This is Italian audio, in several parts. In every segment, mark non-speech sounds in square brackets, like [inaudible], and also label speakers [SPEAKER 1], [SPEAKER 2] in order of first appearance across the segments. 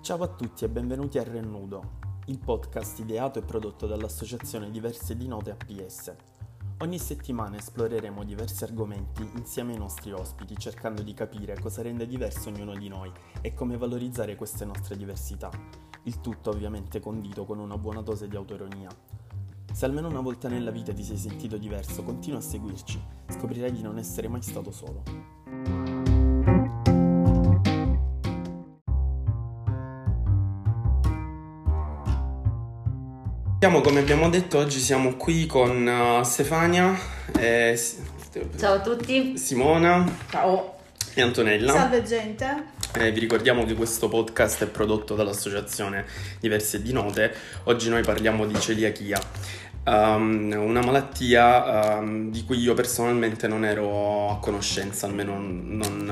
[SPEAKER 1] Ciao a tutti e benvenuti a Rennudo, il podcast ideato e prodotto dall'Associazione Diverse di Note APS. Ogni settimana esploreremo diversi argomenti insieme ai nostri ospiti, cercando di capire cosa rende diverso ognuno di noi e come valorizzare queste nostre diversità. Il tutto ovviamente condito con una buona dose di autoironia. Se almeno una volta nella vita ti sei sentito diverso, continua a seguirci, scoprirai di non essere mai stato solo. come abbiamo detto oggi siamo qui con uh, Stefania e
[SPEAKER 2] Ciao a tutti.
[SPEAKER 1] Simona
[SPEAKER 3] Ciao.
[SPEAKER 1] e Antonella.
[SPEAKER 3] Salve gente.
[SPEAKER 1] Eh, vi ricordiamo che questo podcast è prodotto dall'associazione Diverse di Note. Oggi noi parliamo di celiachia, um, una malattia um, di cui io personalmente non ero a conoscenza, almeno non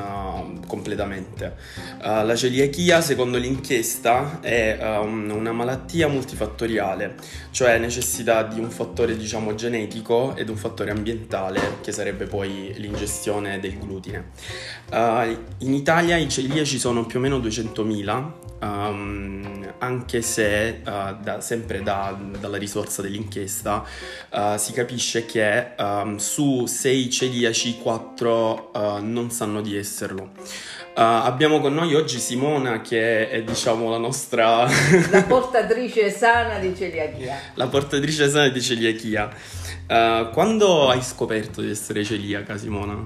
[SPEAKER 1] uh, completamente. Uh, la celiachia, secondo l'inchiesta, è um, una malattia multifattoriale, cioè necessità di un fattore diciamo genetico ed un fattore ambientale, che sarebbe poi l'ingestione del glutine. Uh, in Italia i celiaci ci sono più o meno 200.000, um, anche se uh, da, sempre da, dalla risorsa dell'inchiesta uh, si capisce che um, su 6 celiaci 4 uh, non sanno di esserlo. Eh, abbiamo con noi oggi Simona che è diciamo la nostra... [laughs]
[SPEAKER 2] la portatrice sana di celiachia.
[SPEAKER 1] La portatrice sana di celiachia. Eh, quando hai scoperto di essere celiaca Simona?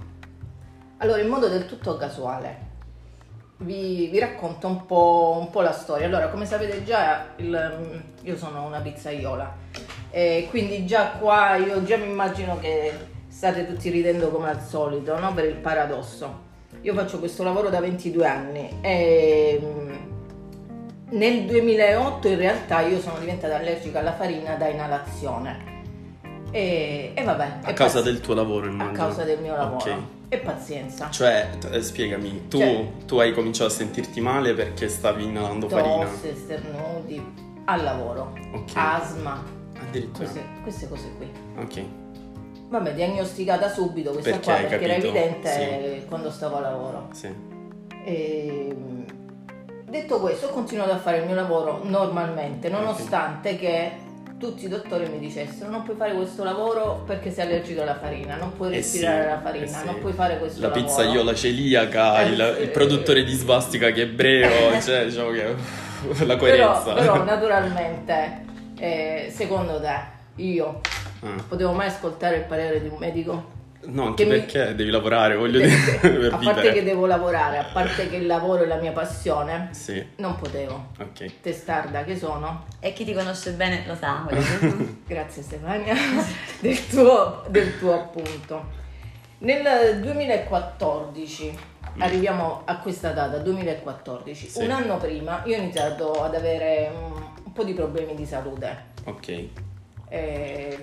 [SPEAKER 2] Allora, in modo del tutto casuale. Vi, vi, racconto un po', un po', la storia. Allora, come sapete già, il, io sono una pizzaiola, e quindi già qua io già mi immagino che state tutti ridendo come al solito, no? Per il paradosso. Io faccio questo lavoro da 22 anni e mm, nel 2008 in realtà io sono diventata allergica alla farina da inalazione. E, e vabbè.
[SPEAKER 1] A causa pazienza. del tuo lavoro, immagino.
[SPEAKER 2] A causa del mio lavoro. Okay. E pazienza.
[SPEAKER 1] Cioè, t- spiegami, tu, cioè, tu, hai cominciato a sentirti male perché stavi inalando
[SPEAKER 2] tosse,
[SPEAKER 1] farina?
[SPEAKER 2] Tosse, sternuti, al lavoro, okay. asma.
[SPEAKER 1] Addirittura.
[SPEAKER 2] Queste, queste, cose qui.
[SPEAKER 1] Ok.
[SPEAKER 2] Vabbè, diagnosticata subito questa
[SPEAKER 1] perché
[SPEAKER 2] qua perché
[SPEAKER 1] capito?
[SPEAKER 2] era evidente sì. quando stavo a lavoro.
[SPEAKER 1] Sì.
[SPEAKER 2] E, detto questo, ho continuato a fare il mio lavoro normalmente, nonostante okay. che tutti i dottori mi dicessero non puoi fare questo lavoro perché sei allergico alla farina, non puoi respirare eh sì, la farina, eh sì. non puoi fare questo
[SPEAKER 1] la
[SPEAKER 2] lavoro.
[SPEAKER 1] La pizzaiola celiaca, eh, il, il, produttore di svastica che è
[SPEAKER 2] [laughs]
[SPEAKER 1] ebreo, cioè diciamo che [laughs] la coerenza.
[SPEAKER 2] Però,
[SPEAKER 1] [laughs]
[SPEAKER 2] però naturalmente, eh, secondo te, io potevo mai ascoltare il parere di un medico?
[SPEAKER 1] Ah. No, anche perché mi... devi lavorare, voglio dire. per
[SPEAKER 2] [laughs] a parte che devo lavorare, a parte che il lavoro è la mia passione,
[SPEAKER 1] sì.
[SPEAKER 2] non potevo.
[SPEAKER 1] Ok.
[SPEAKER 2] Testarda che sono.
[SPEAKER 4] E chi ti conosce bene lo sa.
[SPEAKER 1] [laughs]
[SPEAKER 2] Grazie Stefania [laughs] del, tuo, del tuo appunto. Nel 2014, mm. arriviamo a questa data, 2014, sì. un anno prima io ho iniziato ad avere mm, un po' di problemi di salute.
[SPEAKER 1] Ok.
[SPEAKER 2] E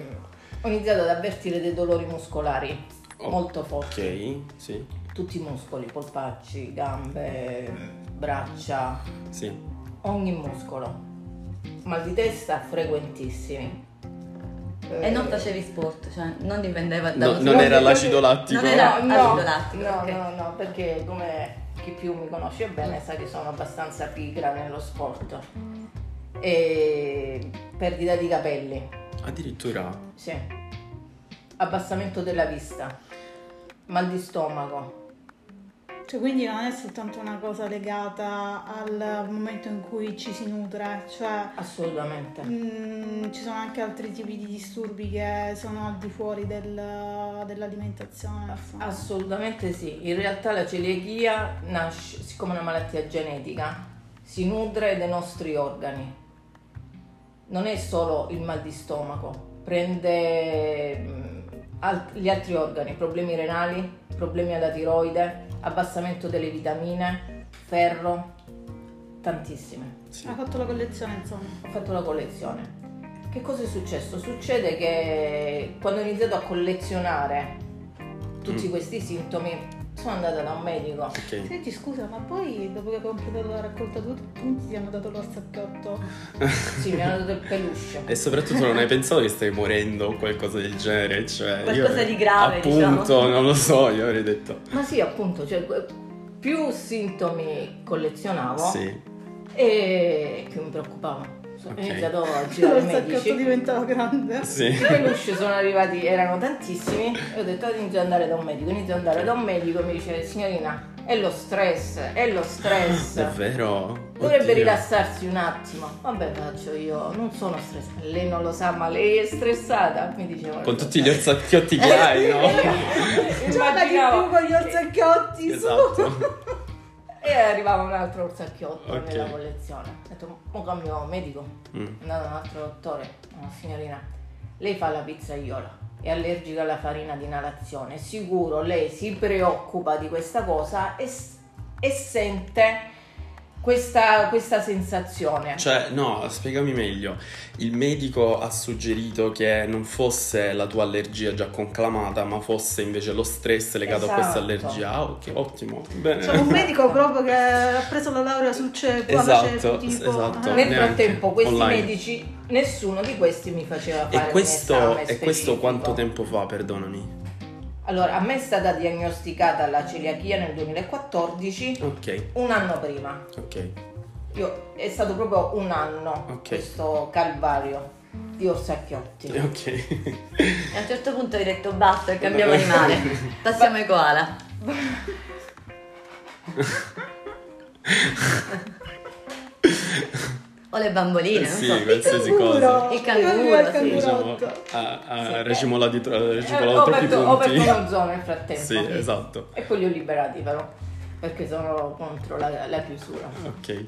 [SPEAKER 2] ho iniziato ad avvertire dei dolori muscolari oh, molto forti.
[SPEAKER 1] Ok, sì.
[SPEAKER 2] Tutti i muscoli, polpacci, gambe, braccia.
[SPEAKER 1] Sì.
[SPEAKER 2] Ogni muscolo. Mal di testa frequentissimi.
[SPEAKER 4] E eh, non facevi sport, cioè non dipendeva da
[SPEAKER 1] no, Non era l'acido lattico.
[SPEAKER 4] Non era
[SPEAKER 2] no,
[SPEAKER 4] l'acido lattico.
[SPEAKER 2] No, okay. no, no, perché come chi più mi conosce bene sa che sono abbastanza pigra nello sport. E perdita di capelli.
[SPEAKER 1] Addirittura?
[SPEAKER 2] Sì. Abbassamento della vista, mal di stomaco.
[SPEAKER 3] Cioè, quindi non è soltanto una cosa legata al momento in cui ci si nutre, cioè...
[SPEAKER 2] Assolutamente.
[SPEAKER 3] Mh, ci sono anche altri tipi di disturbi che sono al di fuori del, dell'alimentazione. Insomma.
[SPEAKER 2] Assolutamente sì. In realtà la celiachia nasce, siccome è una malattia genetica, si nutre dei nostri organi non è solo il mal di stomaco, prende mm, gli altri organi, problemi renali, problemi alla tiroide, abbassamento delle vitamine, ferro, tantissime.
[SPEAKER 3] Sì. Ha fatto la collezione, insomma.
[SPEAKER 2] Ho fatto la collezione. Che cosa è successo? Succede che quando ho iniziato a collezionare tutti mm. questi sintomi, sono andata da un medico. [laughs]
[SPEAKER 1] Okay.
[SPEAKER 3] Senti scusa, ma poi dopo che hai completato la raccolta tutti i punti ti hanno dato lo sacchetto?
[SPEAKER 2] sì, mi hanno dato il peluche.
[SPEAKER 1] E soprattutto non hai pensato che stai morendo o qualcosa del genere? Cioè,
[SPEAKER 4] qualcosa io, di grave.
[SPEAKER 1] Appunto,
[SPEAKER 4] diciamo.
[SPEAKER 1] non lo so, io avrei detto.
[SPEAKER 2] Ma sì, appunto, cioè, più sintomi eh, collezionavo.
[SPEAKER 1] Sì.
[SPEAKER 2] e che mi preoccupava. Sono
[SPEAKER 1] Ok.
[SPEAKER 2] iniziato [laughs] a girare i
[SPEAKER 3] Col sacchetto
[SPEAKER 2] medici.
[SPEAKER 3] diventava grande.
[SPEAKER 2] E
[SPEAKER 1] Sì.
[SPEAKER 2] poi l'uscio sono arrivati, erano tantissimi, e ho detto inizio ad andare da un medico, inizio ad andare da un medico e mi dice signorina, è lo stress, [laughs] è lo stress.
[SPEAKER 1] Davvero?
[SPEAKER 2] Dovrebbe
[SPEAKER 1] Oddio.
[SPEAKER 2] rilassarsi un attimo. Vabbè faccio io, non sono stressata. Lei non lo sa, ma lei è stressata, mi diceva.
[SPEAKER 1] Con tutti gli orsacchiotti
[SPEAKER 2] Eh,
[SPEAKER 1] che hai, no?
[SPEAKER 3] Giorda di più
[SPEAKER 2] Immaginavo.
[SPEAKER 3] con gli orsacchiotti su.
[SPEAKER 1] Esatto.
[SPEAKER 2] E arrivava un altro orsacchiotto
[SPEAKER 1] Ok.
[SPEAKER 2] nella collezione. Ho detto, mo cambio medico.
[SPEAKER 1] Mm.
[SPEAKER 2] È andato un altro dottore, una signorina. Lei fa la pizzaiola, è allergica alla farina di inalazione. Sicuro lei si preoccupa di questa cosa e, s- e sente questa, questa sensazione.
[SPEAKER 1] Cioè, no, spiegami meglio. Il medico ha suggerito che non fosse la tua allergia già conclamata, ma fosse invece lo stress legato a questa
[SPEAKER 2] Esatto.
[SPEAKER 1] allergia. Ah, ok, ottimo. Bene.
[SPEAKER 3] Cioè, un medico proprio che ha preso la laurea sul CEPO,
[SPEAKER 1] Esatto,
[SPEAKER 3] alla CEPO, tipo,
[SPEAKER 1] esatto.
[SPEAKER 3] ah.
[SPEAKER 2] Nel
[SPEAKER 1] neanche
[SPEAKER 2] frattempo questi
[SPEAKER 1] online.
[SPEAKER 2] medici, nessuno di questi mi faceva fare
[SPEAKER 1] E
[SPEAKER 2] un
[SPEAKER 1] questo,
[SPEAKER 2] esame
[SPEAKER 1] e questo quanto
[SPEAKER 2] specifico.
[SPEAKER 1] tempo fa, perdonami?
[SPEAKER 2] Allora, a me è stata diagnosticata la celiachia nel 2014,
[SPEAKER 1] Ok,
[SPEAKER 2] un anno prima.
[SPEAKER 1] ok.
[SPEAKER 2] Io- è stato proprio un anno
[SPEAKER 1] Ok. Eh,
[SPEAKER 2] questo calvario di orsacchiotti.
[SPEAKER 1] [laughs] Ok.
[SPEAKER 4] E a un certo punto hai detto basta, cambiamo animale. Passiamo
[SPEAKER 1] [laughs]
[SPEAKER 4] ai koala. o le bamboline, non
[SPEAKER 1] sì,
[SPEAKER 4] so.
[SPEAKER 1] qualsiasi cosa.
[SPEAKER 3] Canguro.
[SPEAKER 4] Il canguro,
[SPEAKER 3] Io vivo al
[SPEAKER 4] sì.
[SPEAKER 1] Diciamo,
[SPEAKER 3] cangurotto.
[SPEAKER 1] ha, ha
[SPEAKER 2] Sì.
[SPEAKER 1] regimolato, tro- ha
[SPEAKER 2] Eh,
[SPEAKER 1] regimolato
[SPEAKER 2] ho,
[SPEAKER 1] troppi
[SPEAKER 2] aperto, ho aperto
[SPEAKER 1] punti.
[SPEAKER 2] una zona nel frattempo.
[SPEAKER 1] Sì, esatto.
[SPEAKER 2] E poi li ho liberati però, perché sono contro la, la chiusura.
[SPEAKER 1] Ok,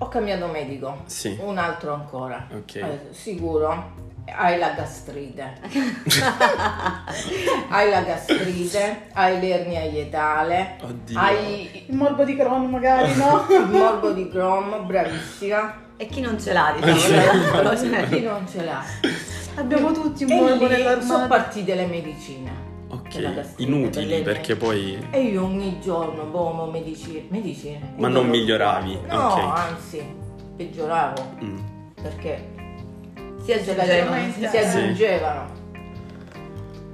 [SPEAKER 2] Ho cambiato medico,
[SPEAKER 1] sì.
[SPEAKER 2] un altro ancora.
[SPEAKER 1] Ok.
[SPEAKER 2] Eh, sicuro hai la
[SPEAKER 1] [laughs]
[SPEAKER 2] gastrite. hai la gastrite, hai l'ernia ietale,
[SPEAKER 1] Oddio.
[SPEAKER 2] hai
[SPEAKER 3] Il morbo di Crohn magari,
[SPEAKER 2] [laughs]
[SPEAKER 3] no?
[SPEAKER 2] il morbo di Crohn, bravissima.
[SPEAKER 4] E chi non ce l'ha, diciamo,
[SPEAKER 1] Sì.
[SPEAKER 4] tra l'altro, cioè.
[SPEAKER 2] Chi non ce l'ha?
[SPEAKER 3] Abbiamo tutti un
[SPEAKER 2] E
[SPEAKER 3] morbo
[SPEAKER 2] lì sono
[SPEAKER 3] nell'armadio.
[SPEAKER 2] partite le medicine. della
[SPEAKER 1] Ok,
[SPEAKER 2] gastrite,
[SPEAKER 1] inutili
[SPEAKER 2] delle-
[SPEAKER 1] perché poi...
[SPEAKER 2] E io ogni giorno bomo medicine. medicine
[SPEAKER 1] Ma non miglioravi,
[SPEAKER 2] No,
[SPEAKER 1] ok.
[SPEAKER 2] anzi, peggioravo
[SPEAKER 1] Mm,
[SPEAKER 2] perché
[SPEAKER 4] Si aggiungevano.
[SPEAKER 2] si
[SPEAKER 3] Sì.
[SPEAKER 2] aggiungevano.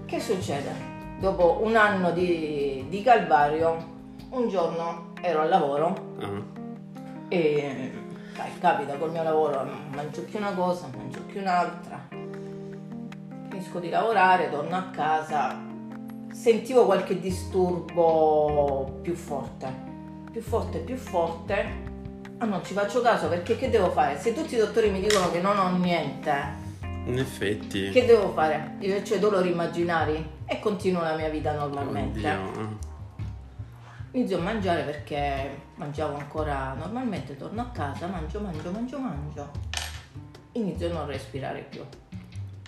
[SPEAKER 2] Che succede? Dopo un anno di, di calvario, un giorno ero al lavoro
[SPEAKER 1] ah,
[SPEAKER 2] e sai, capita col mio lavoro, mangio più una cosa, mangio più un'altra. Finisco di lavorare, torno a casa, sentivo qualche disturbo più forte, più forte, più forte. Ah, non ci faccio caso perché che devo fare? Se tutti i dottori mi dicono che non ho niente,
[SPEAKER 1] In effetti...
[SPEAKER 2] che devo fare? Io ho dolori immaginari e continuo la mia vita normalmente.
[SPEAKER 1] Oddio. ah,
[SPEAKER 2] Inizio a mangiare perché mangiavo ancora normalmente, torno a casa, mangio, mangio, mangio, mangio. Inizio a non respirare più.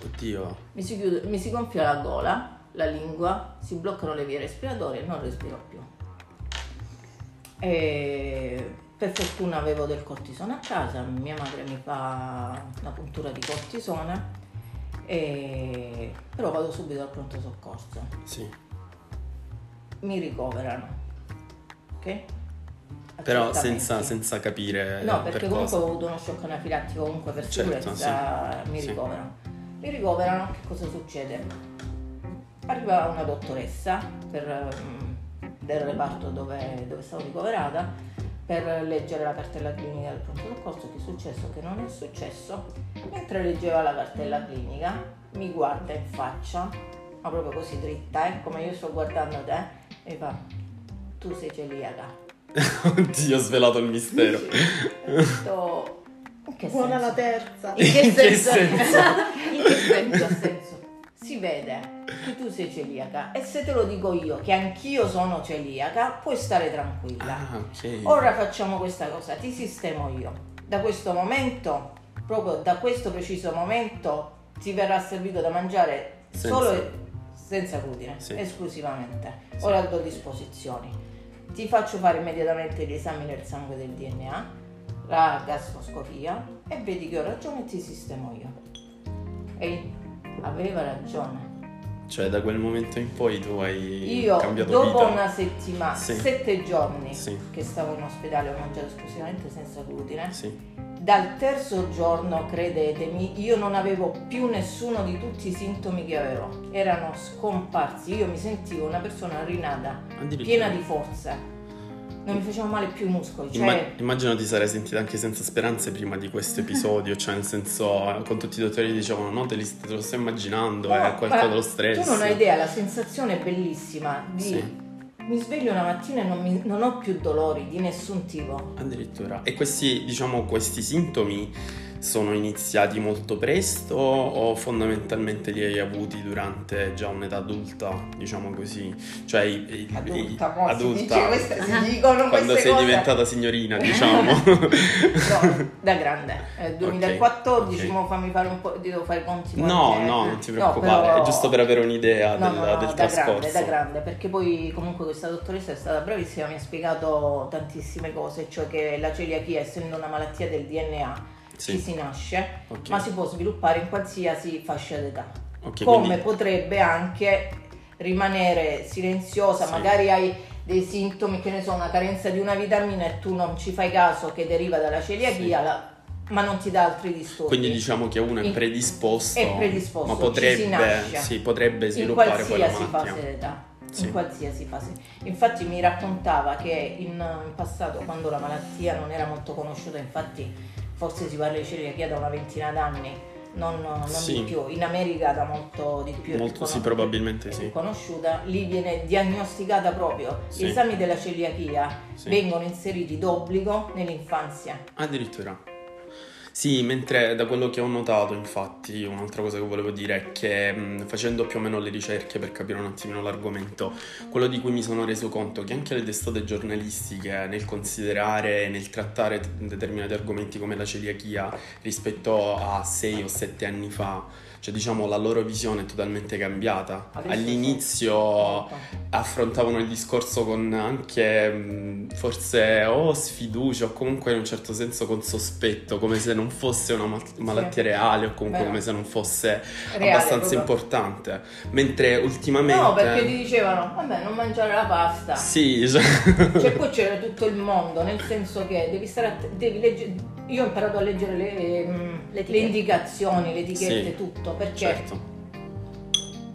[SPEAKER 1] Oddio.
[SPEAKER 2] Mi si, chiude- mi si gonfia la gola, la lingua, si bloccano le vie respiratorie e non respiro più. E per fortuna avevo del cortisone a casa, mia madre mi fa una puntura di cortisone, e- però vado subito al pronto soccorso
[SPEAKER 1] Sì.
[SPEAKER 2] mi ricoverano. Ok?
[SPEAKER 1] Però
[SPEAKER 2] Accertamenti.
[SPEAKER 1] senza, senza capire...
[SPEAKER 2] No,
[SPEAKER 1] Eh, per
[SPEAKER 2] perché comunque
[SPEAKER 1] cosa.
[SPEAKER 2] ho avuto uno shock anafilattico, comunque per
[SPEAKER 1] Certo,
[SPEAKER 2] sicurezza eh, mi
[SPEAKER 1] sì.
[SPEAKER 2] ricoverano. Mi ricoverano, che cosa succede? Arriva una dottoressa per, mm, del reparto dove, dove stavo ricoverata per leggere la cartella clinica del pronto soccorso, che è successo, che non è successo. Mentre leggeva la cartella clinica mi guarda in faccia, ma proprio così dritta, eh, come io sto guardando te, e mi fa, tu sei celiaca.
[SPEAKER 1] [laughs] Oddio, ho svelato il mistero.
[SPEAKER 2] Ho detto, in che
[SPEAKER 3] Buona
[SPEAKER 2] senso?
[SPEAKER 3] la terza.
[SPEAKER 4] In che
[SPEAKER 1] In che
[SPEAKER 4] senso?
[SPEAKER 1] senso?
[SPEAKER 4] In che
[SPEAKER 2] In
[SPEAKER 4] senso?
[SPEAKER 2] che senso? Si vede che tu sei celiaca e se te lo dico io che anch'io sono celiaca, puoi stare tranquilla.
[SPEAKER 1] Ah, ok.
[SPEAKER 2] Ora facciamo questa cosa, ti sistemo io. Da questo momento, proprio da questo preciso momento, ti verrà servito da mangiare
[SPEAKER 1] Senza-
[SPEAKER 2] solo e- senza glutine,
[SPEAKER 1] Sì.
[SPEAKER 2] esclusivamente.
[SPEAKER 1] Sì.
[SPEAKER 2] Ora a tua disposizione. Ti faccio fare immediatamente gli esami del sangue del DNA, la gastroscopia e vedi che ho ragione e ti sistemo io. E aveva ragione.
[SPEAKER 1] Cioè, da quel momento in poi tu hai
[SPEAKER 2] Io
[SPEAKER 1] cambiato
[SPEAKER 2] dopo
[SPEAKER 1] vita.
[SPEAKER 2] una settimana,
[SPEAKER 1] Sì.
[SPEAKER 2] sette giorni
[SPEAKER 1] Sì.
[SPEAKER 2] che stavo in ospedale ho mangiato esclusivamente senza glutine.
[SPEAKER 1] Sì.
[SPEAKER 2] Dal terzo giorno, credetemi, io non avevo più nessuno di tutti i sintomi che avevo. Erano scomparsi, io mi sentivo una persona rinata,
[SPEAKER 1] Addirittura.
[SPEAKER 2] piena di forze. non mi facevano male più i muscoli. Cioè,
[SPEAKER 1] Imma- immagino ti sarei sentita anche senza speranze prima di questo episodio, cioè nel senso, eh, con tutti i dottori dicevano no, te, li- te lo sto immaginando,
[SPEAKER 2] no,
[SPEAKER 1] è qualcosa
[SPEAKER 2] ma
[SPEAKER 1] dello stress.
[SPEAKER 2] Tu non hai idea, la sensazione è bellissima di
[SPEAKER 1] Sì.
[SPEAKER 2] mi sveglio una mattina e non, mi- non ho più dolori di nessun tipo.
[SPEAKER 1] Addirittura. E questi, diciamo, questi sintomi sono iniziati molto presto o fondamentalmente li hai avuti durante già un'età adulta, diciamo così? Cioè, i- i- i-
[SPEAKER 2] Adulta, mo, si
[SPEAKER 1] adulta,
[SPEAKER 2] dice, queste, si dicono
[SPEAKER 1] quando
[SPEAKER 2] queste
[SPEAKER 1] sei
[SPEAKER 2] cose.
[SPEAKER 1] diventata signorina,
[SPEAKER 2] [laughs]
[SPEAKER 1] diciamo.
[SPEAKER 2] No, da grande. Eh, 2014,
[SPEAKER 1] ok.
[SPEAKER 2] mo fammi fare un po', ti devo fare i conti.
[SPEAKER 1] [laughs] no,
[SPEAKER 2] quanti-
[SPEAKER 1] no, non ti preoccupare,
[SPEAKER 2] però-
[SPEAKER 1] è giusto per avere un'idea
[SPEAKER 2] No,
[SPEAKER 1] del,
[SPEAKER 2] no, no,
[SPEAKER 1] del
[SPEAKER 2] da
[SPEAKER 1] trascorso.
[SPEAKER 2] grande, da grande, perché poi comunque questa dottoressa è stata bravissima, mi ha spiegato tantissime cose, cioè che la celiachia, essendo una malattia del DNA,
[SPEAKER 1] Sì,
[SPEAKER 2] ci si nasce,
[SPEAKER 1] ok.
[SPEAKER 2] ma si può sviluppare in qualsiasi fascia d'età.
[SPEAKER 1] Ok,
[SPEAKER 2] Come
[SPEAKER 1] quindi-
[SPEAKER 2] potrebbe anche rimanere silenziosa,
[SPEAKER 1] Sì.
[SPEAKER 2] magari hai dei sintomi, che ne so, una carenza di una vitamina e tu non ci fai caso che deriva dalla celiachia, la- ma non ti dà altri disturbi.
[SPEAKER 1] Quindi diciamo che uno è
[SPEAKER 2] In-
[SPEAKER 1] predisposto,
[SPEAKER 2] è predisposto,
[SPEAKER 1] ma
[SPEAKER 2] ci si
[SPEAKER 1] potrebbe,
[SPEAKER 2] nasce.
[SPEAKER 1] sì, potrebbe
[SPEAKER 2] in
[SPEAKER 1] sviluppare poi la
[SPEAKER 2] qualsiasi
[SPEAKER 1] malattia.
[SPEAKER 2] fase d'età.
[SPEAKER 1] Sì.
[SPEAKER 2] In qualsiasi fase. Infatti mi raccontava che in, in passato, quando la malattia non era molto conosciuta, infatti forse si parla di celiachia da una ventina d'anni, non, non
[SPEAKER 1] Sì.
[SPEAKER 2] di più. In America da molto di più. è
[SPEAKER 1] Molto sì,
[SPEAKER 2] riconos-
[SPEAKER 1] probabilmente
[SPEAKER 2] è
[SPEAKER 1] sì.
[SPEAKER 2] riconosciuta. Lì viene diagnosticata proprio.
[SPEAKER 1] Sì.
[SPEAKER 2] Gli esami della celiachia
[SPEAKER 1] Sì.
[SPEAKER 2] vengono inseriti d'obbligo nell'infanzia.
[SPEAKER 1] Addirittura. Sì, mentre da quello che ho notato, infatti, un'altra cosa che volevo dire è che mh, facendo più o meno le ricerche per capire un attimino l'argomento, quello di cui mi sono reso conto che anche le testate giornalistiche nel considerare e nel trattare t- determinati argomenti come la celiachia rispetto a 6 o 7 anni fa, cioè diciamo la loro visione è totalmente cambiata.
[SPEAKER 2] Adesso sì.
[SPEAKER 1] All'inizio affrontavano il discorso con anche mh, forse o sfiducia o comunque in un certo senso con sospetto, come se non fosse una ma- malattia reale o comunque
[SPEAKER 2] Vero.
[SPEAKER 1] come se non fosse
[SPEAKER 2] Reale,
[SPEAKER 1] abbastanza
[SPEAKER 2] proprio.
[SPEAKER 1] importante. Mentre ultimamente...
[SPEAKER 2] No, perché ti dicevano, vabbè, non mangiare la pasta.
[SPEAKER 1] [laughs] Sì, cioè-
[SPEAKER 2] Cioè poi c'era tutto il mondo, nel senso che devi stare att- devi leggere. Io ho imparato a leggere le, mm,
[SPEAKER 4] Le
[SPEAKER 2] le
[SPEAKER 4] etichette.
[SPEAKER 2] indicazioni, le etichette,
[SPEAKER 1] Sì.
[SPEAKER 2] tutto, perché
[SPEAKER 1] certo,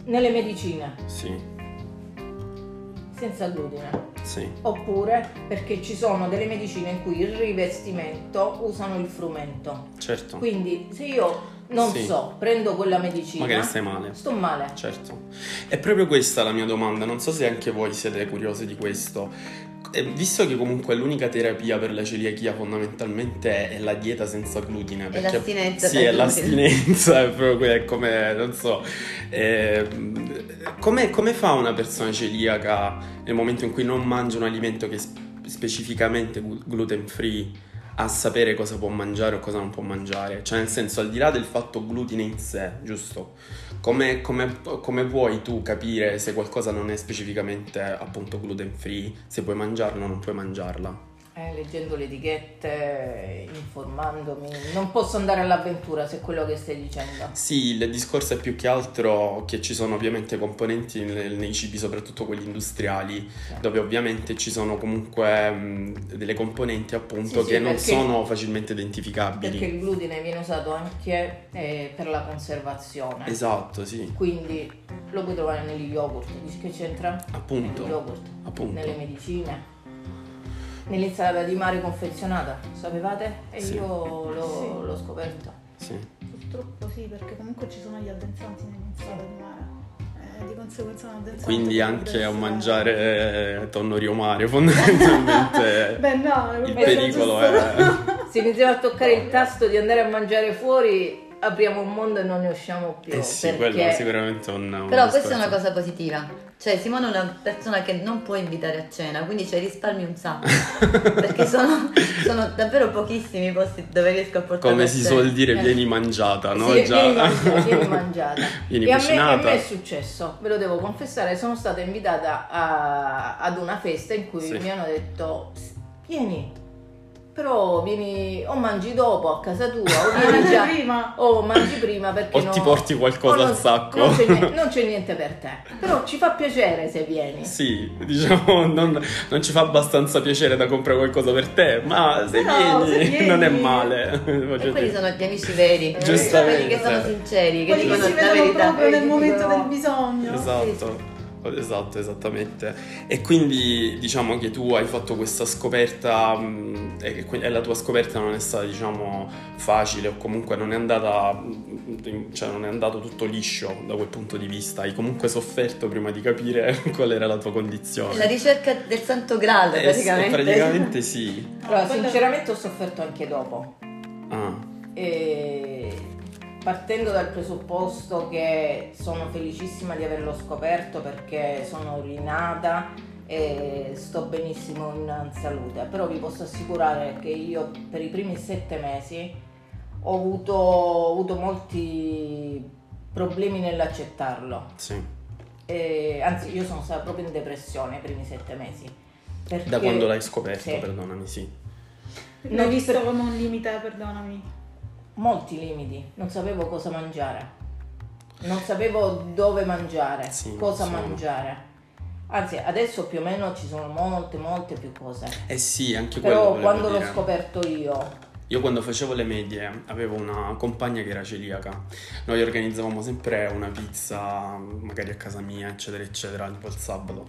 [SPEAKER 2] nelle medicine
[SPEAKER 1] sì,
[SPEAKER 2] senza glutine,
[SPEAKER 1] sì,
[SPEAKER 2] oppure perché ci sono delle medicine in cui il rivestimento usano il frumento.
[SPEAKER 1] certo.
[SPEAKER 2] Quindi se io non
[SPEAKER 1] Sì.
[SPEAKER 2] so, prendo quella medicina,
[SPEAKER 1] Magari stai male.
[SPEAKER 2] sto male.
[SPEAKER 1] Certo, è proprio questa la mia domanda, non so se anche voi siete curiosi di questo. Eh, Visto che comunque l'unica terapia per la celiachia fondamentalmente è la dieta senza glutine, perché
[SPEAKER 4] l'astinenza
[SPEAKER 1] Sì,
[SPEAKER 4] dal
[SPEAKER 1] è
[SPEAKER 4] glutine.
[SPEAKER 1] l'astinenza, [laughs] è proprio que- è come, non so, eh, come, come fa una persona celiaca nel momento in cui non mangia un alimento che è sp- specificamente glu- gluten free a sapere cosa può mangiare o cosa non può mangiare? Cioè nel senso, al di là del fatto glutine in sé, giusto? Come, come- come puoi tu capire se qualcosa non è specificamente appunto gluten free, se puoi mangiarla o non puoi mangiarla?
[SPEAKER 2] Eh, leggendo le etichette, informandomi, non posso andare all'avventura se è quello che stai dicendo.
[SPEAKER 1] Sì, il discorso è più che altro che ci sono ovviamente componenti nel- nei cibi, soprattutto quelli industriali, dove ovviamente ci sono comunque mh, delle componenti appunto
[SPEAKER 2] Sì, sì,
[SPEAKER 1] che non
[SPEAKER 2] perché-
[SPEAKER 1] sono facilmente identificabili.
[SPEAKER 2] Perché il glutine viene usato anche eh, per la conservazione.
[SPEAKER 1] Esatto, sì,
[SPEAKER 2] Quindi lo puoi trovare negli yogurt. Dici che c'entra? Negli
[SPEAKER 1] appunto,
[SPEAKER 2] yogurt,
[SPEAKER 1] appunto.
[SPEAKER 2] nelle medicine. Nell'insalata di mare confezionata, sapevate? E
[SPEAKER 1] Sì.
[SPEAKER 2] io l'ho,
[SPEAKER 3] Sì.
[SPEAKER 2] l'ho scoperto.
[SPEAKER 1] Sì.
[SPEAKER 3] Purtroppo sì, perché comunque ci sono gli addensanti nell'insalata di mare. Eh, di conseguenza un addensante
[SPEAKER 1] Quindi
[SPEAKER 3] potrebbe
[SPEAKER 1] anche a
[SPEAKER 3] essere-
[SPEAKER 1] mangiare eh, tonno riomare
[SPEAKER 2] [laughs]
[SPEAKER 1] fondamentalmente...
[SPEAKER 3] [laughs] Beh no,
[SPEAKER 1] Il
[SPEAKER 3] quello
[SPEAKER 1] pericolo
[SPEAKER 3] giusto.
[SPEAKER 1] è...
[SPEAKER 2] Se iniziamo a toccare il tasto di andare a mangiare fuori, apriamo un mondo e non ne usciamo più.
[SPEAKER 1] Eh sì,
[SPEAKER 2] perché-
[SPEAKER 1] quello è sicuramente un... un
[SPEAKER 4] Però questa è
[SPEAKER 1] discorso.
[SPEAKER 4] una cosa positiva. Cioè, Simone è una persona che non può invitare a cena, quindi cioè risparmi
[SPEAKER 1] [laughs]
[SPEAKER 4] un sacco. perché sono, sono davvero pochissimi i posti dove riesco a portare.
[SPEAKER 1] Come
[SPEAKER 4] a
[SPEAKER 1] si
[SPEAKER 4] cena.
[SPEAKER 1] suol dire,
[SPEAKER 4] Eh.
[SPEAKER 1] vieni mangiata, no?
[SPEAKER 2] Sì,
[SPEAKER 1] Già.
[SPEAKER 2] vieni mangiata, vieni
[SPEAKER 1] [laughs]
[SPEAKER 2] mangiata.
[SPEAKER 1] Vieni
[SPEAKER 2] e a me, a
[SPEAKER 1] cucinata.
[SPEAKER 2] me è successo, ve lo devo confessare, sono stata invitata a- ad una festa in cui
[SPEAKER 1] Sì.
[SPEAKER 2] mi hanno detto vieni, però vieni o mangi dopo a casa tua o [laughs] vieni
[SPEAKER 3] Mangia
[SPEAKER 2] già
[SPEAKER 3] prima.
[SPEAKER 2] o mangi prima perché
[SPEAKER 1] O
[SPEAKER 2] no-
[SPEAKER 1] ti porti
[SPEAKER 2] o
[SPEAKER 1] qualcosa
[SPEAKER 2] non-
[SPEAKER 1] al sacco.
[SPEAKER 2] Non c'è, niente, non c'è niente per te, però ci fa piacere se
[SPEAKER 1] [laughs]
[SPEAKER 2] vieni.
[SPEAKER 1] Sì, diciamo, non, non ci fa abbastanza piacere da comprare qualcosa per te, ma se,
[SPEAKER 3] Però,
[SPEAKER 1] vieni,
[SPEAKER 3] se
[SPEAKER 1] [laughs]
[SPEAKER 3] vieni-
[SPEAKER 1] non è male. voglio
[SPEAKER 4] E quelli
[SPEAKER 1] dire.
[SPEAKER 4] sono gli amici
[SPEAKER 1] [laughs]
[SPEAKER 4] veri,
[SPEAKER 1] Giustamente.
[SPEAKER 4] quelli che sono sinceri, che
[SPEAKER 3] Quelli che
[SPEAKER 4] dicono
[SPEAKER 3] si
[SPEAKER 4] la
[SPEAKER 3] vedono
[SPEAKER 4] verità.
[SPEAKER 3] proprio nel
[SPEAKER 2] Quelli che
[SPEAKER 3] momento
[SPEAKER 2] dicono-
[SPEAKER 3] del bisogno.
[SPEAKER 1] Esatto. Esatto, esattamente. E quindi diciamo che tu hai fatto questa scoperta mh, e che que- e la tua scoperta non è stata, diciamo, facile o comunque non è andata, mh, cioè non è andato tutto liscio da quel punto di vista. Hai comunque sofferto prima di capire [laughs] qual era la tua condizione.
[SPEAKER 4] La ricerca del santo graal,
[SPEAKER 1] Eh, sì,
[SPEAKER 4] praticamente.
[SPEAKER 1] praticamente sì.
[SPEAKER 2] Allora,
[SPEAKER 3] Quello-
[SPEAKER 2] sinceramente ho sofferto anche dopo.
[SPEAKER 1] Ah,
[SPEAKER 2] E partendo dal presupposto che sono felicissima di averlo scoperto perché sono rinata e sto benissimo in salute, però vi posso assicurare che io per i primi sette mesi ho avuto, ho avuto molti problemi nell'accettarlo.
[SPEAKER 1] sì.
[SPEAKER 2] E, anzi, io sono stata proprio in depressione i primi sette mesi. Perché...
[SPEAKER 1] Da quando l'hai scoperto,
[SPEAKER 2] Sì.
[SPEAKER 1] perdonami, sì.
[SPEAKER 3] L'ho
[SPEAKER 2] Non-
[SPEAKER 3] visto come un limite, eh, perdonami.
[SPEAKER 2] molti limiti, non sapevo cosa mangiare, non sapevo dove mangiare,
[SPEAKER 1] Sì,
[SPEAKER 2] cosa
[SPEAKER 1] insomma.
[SPEAKER 2] mangiare. Anzi, adesso più o meno ci sono molte, molte più cose.
[SPEAKER 1] Eh sì, anche quello
[SPEAKER 2] Però
[SPEAKER 1] volevo
[SPEAKER 2] quando l'ho
[SPEAKER 1] dire.
[SPEAKER 2] scoperto io,
[SPEAKER 1] Io quando facevo le medie avevo una compagna che era celiaca. Noi organizzavamo sempre una pizza, magari a casa mia, eccetera, eccetera, tipo il sabato.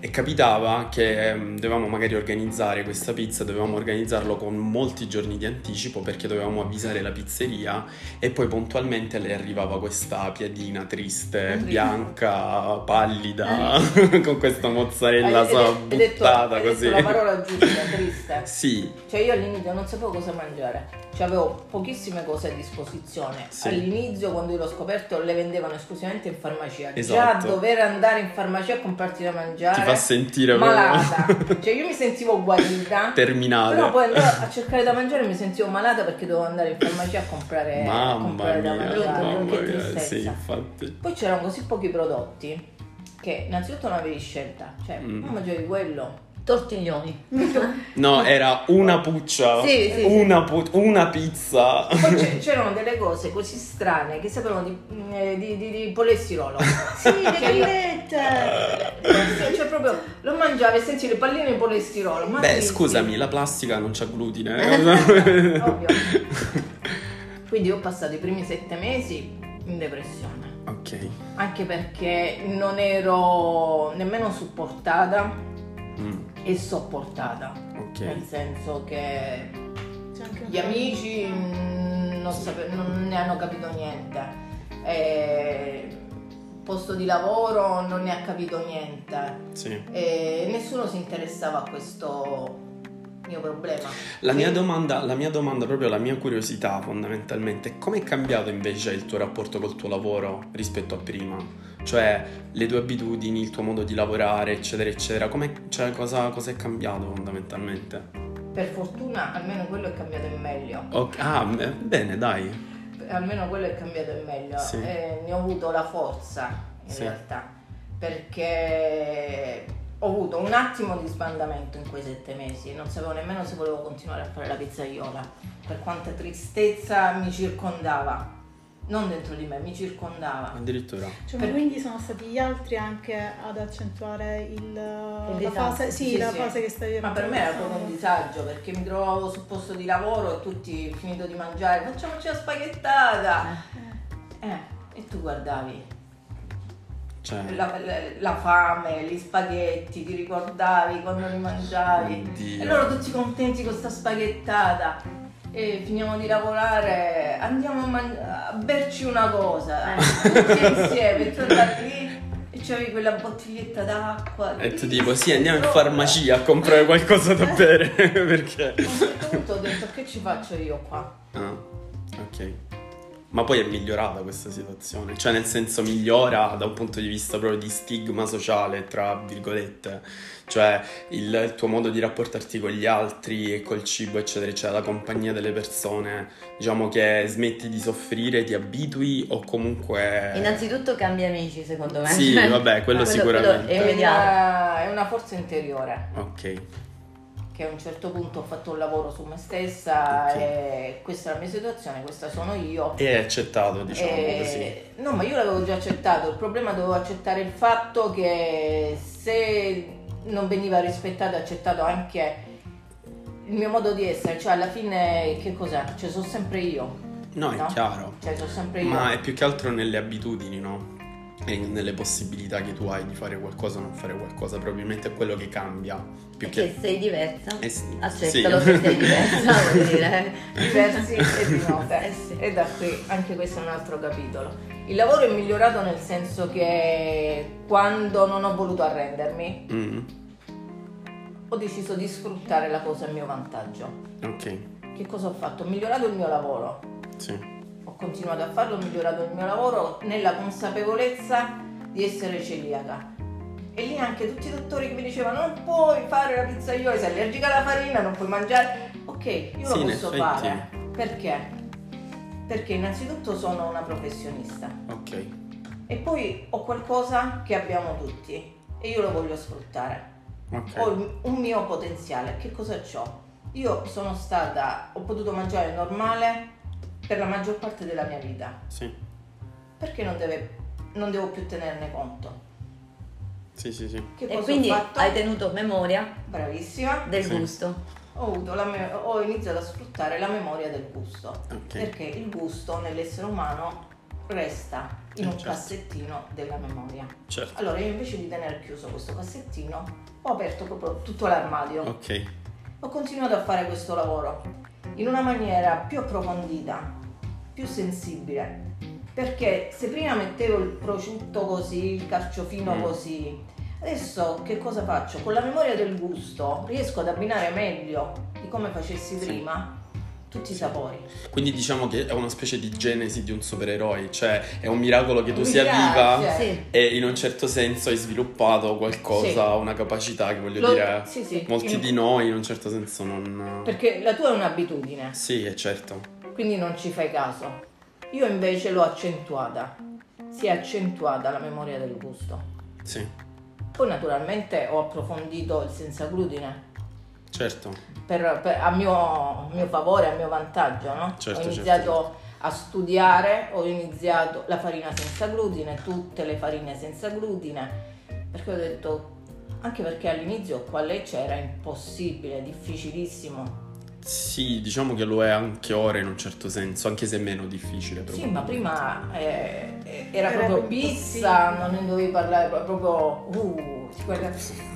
[SPEAKER 1] E capitava che mm, dovevamo magari organizzare questa pizza, dovevamo organizzarlo con molti giorni di anticipo perché dovevamo avvisare la pizzeria e poi puntualmente le arrivava questa piadina triste,
[SPEAKER 4] Mm.
[SPEAKER 1] bianca, pallida, [laughs] con questa mozzarella
[SPEAKER 2] Eh. hai- hai- hai detto-
[SPEAKER 1] buttata
[SPEAKER 2] hai detto
[SPEAKER 1] così.
[SPEAKER 2] la parola giusta, triste.
[SPEAKER 1] Sì,
[SPEAKER 2] Cioè io all'inizio non sapevo cosa mangiare, cioè avevo pochissime cose a disposizione.
[SPEAKER 1] Sì.
[SPEAKER 2] All'inizio quando io l'ho scoperto le vendevano esclusivamente in farmacia.
[SPEAKER 1] Esatto.
[SPEAKER 2] Già dover andare in farmacia a comprarti da mangiare.
[SPEAKER 1] ti fa sentire
[SPEAKER 2] Eh, malata.
[SPEAKER 1] proprio
[SPEAKER 2] cioè io mi sentivo
[SPEAKER 1] [laughs]
[SPEAKER 2] guarita.
[SPEAKER 1] terminale.
[SPEAKER 2] Però poi andavo a cercare da mangiare e mi sentivo malata perché dovevo andare in farmacia a comprare, a
[SPEAKER 1] Mamma
[SPEAKER 2] comprare
[SPEAKER 1] mia,
[SPEAKER 2] da mangiare.
[SPEAKER 1] mamma
[SPEAKER 2] che
[SPEAKER 1] mia,
[SPEAKER 2] tristezza.
[SPEAKER 1] sì, infatti.
[SPEAKER 2] Poi c'erano così pochi prodotti che innanzitutto non avevi scelta, cioè
[SPEAKER 1] Mm.
[SPEAKER 2] non mangiavi quello.
[SPEAKER 4] Tortiglioni.
[SPEAKER 1] No, era una puccia,
[SPEAKER 4] Sì, sì, sì.
[SPEAKER 1] una, pu- una pizza.
[SPEAKER 2] Poi c'è- c'erano delle cose così strane che sapevano di, eh, di, di, di
[SPEAKER 1] [laughs]
[SPEAKER 2] polestirolo.
[SPEAKER 3] Sì, le
[SPEAKER 2] Che io-
[SPEAKER 3] grillette!
[SPEAKER 2] cioè proprio lo mangiavi e sentivi le palline di polestirolo. Ma
[SPEAKER 1] Beh,
[SPEAKER 2] sì, sì.
[SPEAKER 1] scusami, la plastica non c'ha
[SPEAKER 2] [laughs]
[SPEAKER 1] glutine. eh?
[SPEAKER 2] Ovvio. Quindi ho passato i primi sette mesi in depressione.
[SPEAKER 1] ok.
[SPEAKER 2] anche perché non ero nemmeno supportata
[SPEAKER 1] mm,
[SPEAKER 2] e sopportata, nel
[SPEAKER 1] ok.
[SPEAKER 2] senso che
[SPEAKER 3] C'è anche un
[SPEAKER 2] gli amici
[SPEAKER 3] po'
[SPEAKER 2] mm, non, sape- non ne hanno capito niente, e posto di lavoro non ne ha capito niente
[SPEAKER 1] Sì.
[SPEAKER 2] e nessuno si interessava a questo mio problema.
[SPEAKER 1] La mia,
[SPEAKER 2] Quindi-
[SPEAKER 1] domanda, la mia domanda, proprio la mia curiosità fondamentalmente, è come è cambiato invece il tuo rapporto col tuo lavoro rispetto a prima? Cioè, le tue abitudini, il tuo modo di lavorare, eccetera, eccetera. Com'è, cioè, cosa, cosa è cambiato fondamentalmente?
[SPEAKER 2] Per fortuna almeno quello è cambiato in meglio.
[SPEAKER 1] Ok, Ah, beh, bene, dai.
[SPEAKER 2] almeno quello è cambiato in meglio
[SPEAKER 1] Sì.
[SPEAKER 2] Eh, ne ho avuto la forza in
[SPEAKER 1] Sì.
[SPEAKER 2] realtà perché ho avuto un attimo di sbandamento in quei sette mesi non sapevo nemmeno se volevo continuare a fare la pizzaiola per quanta tristezza mi circondava non dentro di me mi circondava
[SPEAKER 1] Addirittura.
[SPEAKER 3] Cioè, ma quindi sono stati gli altri anche ad accentuare il, la
[SPEAKER 4] disagio.
[SPEAKER 3] fase, sì,
[SPEAKER 2] Sì,
[SPEAKER 3] la
[SPEAKER 2] sì.
[SPEAKER 3] fase che stavi
[SPEAKER 2] ma per me era
[SPEAKER 3] attraversando.
[SPEAKER 2] proprio un disagio perché mi trovavo sul posto di lavoro e tutti finito di mangiare facciamoci la spaghettata
[SPEAKER 3] Eh,
[SPEAKER 2] eh, e tu guardavi
[SPEAKER 1] Cioè,
[SPEAKER 2] la, la- la fame, gli spaghetti, ti ricordavi quando li mangiavi.
[SPEAKER 1] oddio.
[SPEAKER 2] E loro tutti contenti con sta spaghettata. E finiamo di lavorare, andiamo a, man- a berci una cosa. Tutti insieme, tu da lì e c'avevi quella bottiglietta d'acqua.
[SPEAKER 1] E tu
[SPEAKER 2] lì,
[SPEAKER 1] tipo, sì, andiamo in
[SPEAKER 2] sopra.
[SPEAKER 1] farmacia a comprare qualcosa da bere, [laughs] perché...
[SPEAKER 2] A un certo punto ho detto che ci faccio io qua?
[SPEAKER 1] Ah, ok. Ma poi è migliorata questa situazione, cioè nel senso migliora da un punto di vista proprio di stigma sociale, tra virgolette, cioè il, il tuo modo di rapportarti con gli altri e col cibo, eccetera, eccetera, la compagnia delle persone, diciamo che smetti di soffrire, ti abitui o comunque...
[SPEAKER 4] Innanzitutto cambia amici, secondo me.
[SPEAKER 1] Eh. Sì,
[SPEAKER 4] [laughs] Cioè,
[SPEAKER 1] vabbè, quello sicuramente.
[SPEAKER 4] è
[SPEAKER 2] È
[SPEAKER 4] immediato.
[SPEAKER 2] una- è una forza interiore.
[SPEAKER 1] Ok,
[SPEAKER 2] che a un certo punto ho fatto un lavoro su me stessa
[SPEAKER 1] Ok.
[SPEAKER 2] e questa è la mia situazione, questa sono io.
[SPEAKER 1] e hai accettato, diciamo
[SPEAKER 2] E-
[SPEAKER 1] così.
[SPEAKER 2] Eh, No, ma io l'avevo già accettato, il problema dovevo accettare il fatto che se non veniva rispettato e accettato anche il mio modo di essere, cioè alla fine che cos'è? Cioè sono sempre io,
[SPEAKER 1] No, è
[SPEAKER 2] No.
[SPEAKER 1] chiaro.
[SPEAKER 2] cioè sono sempre io.
[SPEAKER 1] Ma è più che altro nelle abitudini, no? e nelle possibilità che tu hai di fare qualcosa o non fare qualcosa, probabilmente è quello che cambia più
[SPEAKER 4] Perché
[SPEAKER 1] che...
[SPEAKER 4] sei diversa.
[SPEAKER 1] Eh sì,
[SPEAKER 4] Accettalo che sei diversa, vuol dire.
[SPEAKER 2] eh,
[SPEAKER 4] [laughs]
[SPEAKER 2] diversi e di note.
[SPEAKER 4] Eh sì.
[SPEAKER 2] E da qui anche questo è un altro capitolo. Il lavoro è migliorato nel senso che quando non ho voluto arrendermi,
[SPEAKER 1] [laughs] Mm,
[SPEAKER 2] ho deciso di sfruttare la cosa a mio vantaggio.
[SPEAKER 1] ok,
[SPEAKER 2] Che cosa ho fatto? Ho migliorato il mio lavoro.
[SPEAKER 1] sì.
[SPEAKER 2] Ho continuato a farlo, ho migliorato il mio lavoro nella consapevolezza di essere celiaca. E lì anche tutti i dottori che mi dicevano non puoi fare la pizzaiola, sei allergica alla farina, non puoi mangiare. Ok, io
[SPEAKER 1] Sì,
[SPEAKER 2] lo
[SPEAKER 1] in
[SPEAKER 2] posso
[SPEAKER 1] effetti.
[SPEAKER 2] fare. Perché? Perché innanzitutto sono una professionista
[SPEAKER 1] Ok,
[SPEAKER 2] e poi ho qualcosa che abbiamo tutti e io lo voglio sfruttare
[SPEAKER 1] ok.
[SPEAKER 2] ho il- un mio potenziale. Che cosa ho? Io sono stata, ho potuto mangiare normale per la maggior parte della mia vita.
[SPEAKER 1] Sì,
[SPEAKER 2] Perché non, deve- non devo più tenerne conto?
[SPEAKER 1] sì, sì, sì.
[SPEAKER 2] Che
[SPEAKER 4] E
[SPEAKER 2] cosa
[SPEAKER 4] quindi
[SPEAKER 2] ho fatto?
[SPEAKER 4] hai tenuto memoria
[SPEAKER 2] Bravissima,
[SPEAKER 4] del
[SPEAKER 1] Sì.
[SPEAKER 4] gusto.
[SPEAKER 2] ho, avuto la me- ho iniziato a sfruttare la memoria del gusto.
[SPEAKER 1] Ok.
[SPEAKER 2] Perché il gusto nell'essere umano resta in
[SPEAKER 1] Eh,
[SPEAKER 2] un
[SPEAKER 1] certo.
[SPEAKER 2] cassettino della memoria.
[SPEAKER 1] Certo.
[SPEAKER 2] Allora io invece di tenere chiuso questo cassettino ho aperto proprio tutto l'armadio.
[SPEAKER 1] Ok,
[SPEAKER 2] Ho continuato a fare questo lavoro in una maniera più approfondita, più sensibile, perché se prima mettevo il prosciutto così, il carciofino
[SPEAKER 1] Mm.
[SPEAKER 2] così, adesso che cosa faccio? Con la memoria del gusto riesco ad abbinare meglio di come facessi
[SPEAKER 1] Sì.
[SPEAKER 2] prima tutti i sapori.
[SPEAKER 1] quindi diciamo che è una specie di genesi di un supereroe, cioè è un miracolo che tu sia
[SPEAKER 2] Grazie.
[SPEAKER 1] viva
[SPEAKER 4] Sì.
[SPEAKER 1] e in un certo senso hai sviluppato qualcosa, una capacità che voglio
[SPEAKER 2] Lo-
[SPEAKER 1] dire
[SPEAKER 2] sì, sì.
[SPEAKER 1] molti
[SPEAKER 2] In-
[SPEAKER 1] di noi in un certo senso non...
[SPEAKER 2] Perché la tua è un'abitudine,
[SPEAKER 1] Sì, è certo.
[SPEAKER 2] quindi non ci fai caso. Io invece l'ho accentuata, si è accentuata la memoria del gusto.
[SPEAKER 1] Sì,
[SPEAKER 2] Poi naturalmente ho approfondito il senza glutine
[SPEAKER 1] certo.
[SPEAKER 2] per- per- a, mio, a mio favore, a mio vantaggio, no?
[SPEAKER 1] Certo,
[SPEAKER 2] ho
[SPEAKER 1] certo.
[SPEAKER 2] iniziato a studiare, ho iniziato la farina senza glutine, tutte le farine senza glutine, perché ho detto, anche perché all'inizio qua lei c'era impossibile, difficilissimo.
[SPEAKER 1] Sì, diciamo che lo è anche ora in un certo senso, anche se è meno difficile.
[SPEAKER 2] Sì, ma prima eh, eh, era,
[SPEAKER 3] Era
[SPEAKER 2] proprio
[SPEAKER 3] impossibile.
[SPEAKER 2] pizza, non ne dovevi parlare, era proprio... Uh, si guarda-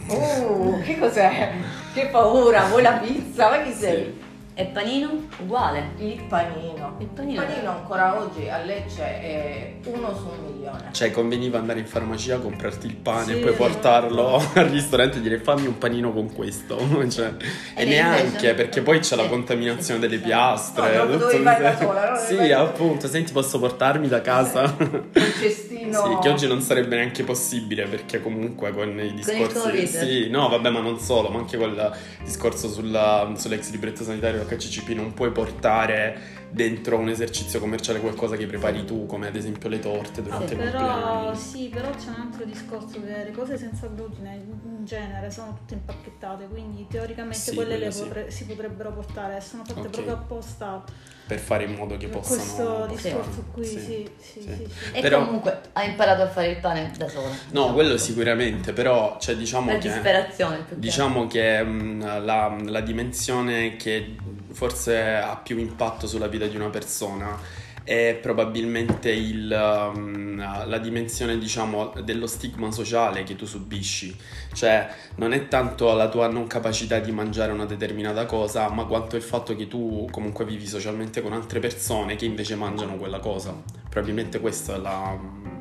[SPEAKER 2] uh, che cos'è? Che paura, vuoi la pizza? Ma chi sei?
[SPEAKER 1] Sì.
[SPEAKER 4] E panino? Uguale.
[SPEAKER 2] Il panino.
[SPEAKER 4] Il panino.
[SPEAKER 2] Il panino ancora oggi a Lecce è uno su un milione.
[SPEAKER 1] Cioè, conveniva andare in farmacia, comprarti il pane
[SPEAKER 3] Sì.
[SPEAKER 1] e poi portarlo [laughs] al ristorante e dire fammi un panino con questo. [laughs] Cioè, e
[SPEAKER 2] Eh,
[SPEAKER 4] E
[SPEAKER 1] neanche,
[SPEAKER 4] invece-
[SPEAKER 1] perché poi c'è la
[SPEAKER 4] Sì.
[SPEAKER 1] contaminazione delle
[SPEAKER 4] Sì.
[SPEAKER 1] piastre.
[SPEAKER 2] No, non
[SPEAKER 1] tutto
[SPEAKER 2] dovevi
[SPEAKER 1] il-
[SPEAKER 2] fare da sola, no?
[SPEAKER 1] Sì,
[SPEAKER 2] Dovevi fare-
[SPEAKER 1] appunto, senti, posso portarmi da casa?
[SPEAKER 2] Un cestino.
[SPEAKER 1] Sì, che oggi non sarebbe neanche possibile perché comunque con i discorsi...
[SPEAKER 4] Covid.
[SPEAKER 1] sì, no, vabbè, ma non solo, ma anche quel discorso sulla, sull'ex libretto sanitario HCCP non puoi portare dentro un esercizio commerciale qualcosa che prepari tu, come ad esempio le torte durante
[SPEAKER 3] Sì,
[SPEAKER 1] i
[SPEAKER 3] Eh, però,
[SPEAKER 1] compleanni.
[SPEAKER 3] sì, però c'è un altro discorso che le cose senza glutine in genere sono tutte impacchettate, quindi teoricamente
[SPEAKER 1] Sì,
[SPEAKER 3] quelle le
[SPEAKER 1] quello sì.
[SPEAKER 3] potre- si potrebbero portare, sono fatte
[SPEAKER 1] Ok.
[SPEAKER 3] proprio apposta
[SPEAKER 1] Per fare in modo che
[SPEAKER 3] per
[SPEAKER 1] possano...
[SPEAKER 3] questo discorso
[SPEAKER 1] portarlo,
[SPEAKER 3] qui,
[SPEAKER 1] sì.
[SPEAKER 3] sì, sì, sì.
[SPEAKER 1] sì.
[SPEAKER 3] sì.
[SPEAKER 4] E
[SPEAKER 1] Però-
[SPEAKER 4] comunque hai imparato a fare il pane da sola.
[SPEAKER 1] No, quello sicuramente, però, cioè, diciamo
[SPEAKER 4] Per
[SPEAKER 1] che...
[SPEAKER 4] disperazione più che
[SPEAKER 1] Diciamo che mh, la, la dimensione che forse ha più impatto sulla vita di una persona è probabilmente il, um, la dimensione, diciamo, dello stigma sociale che tu subisci. Cioè, non è tanto la tua non capacità di mangiare una determinata cosa, ma quanto il fatto che tu comunque vivi socialmente con altre persone che invece mangiano quella cosa. Probabilmente questa è la,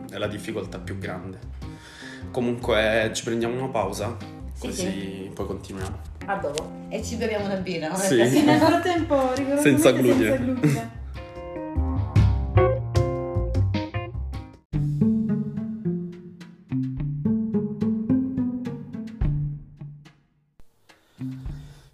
[SPEAKER 1] è la difficoltà più grande. Comunque, ci prendiamo una pausa.
[SPEAKER 4] Sì,
[SPEAKER 1] Così poi continuiamo.
[SPEAKER 2] A dopo.
[SPEAKER 4] E ci beviamo una birra, no?
[SPEAKER 1] Sì.
[SPEAKER 4] Perché-
[SPEAKER 3] Nel frattempo, rigorosamente
[SPEAKER 1] Senza
[SPEAKER 3] senza
[SPEAKER 1] glutine.
[SPEAKER 3] glutine.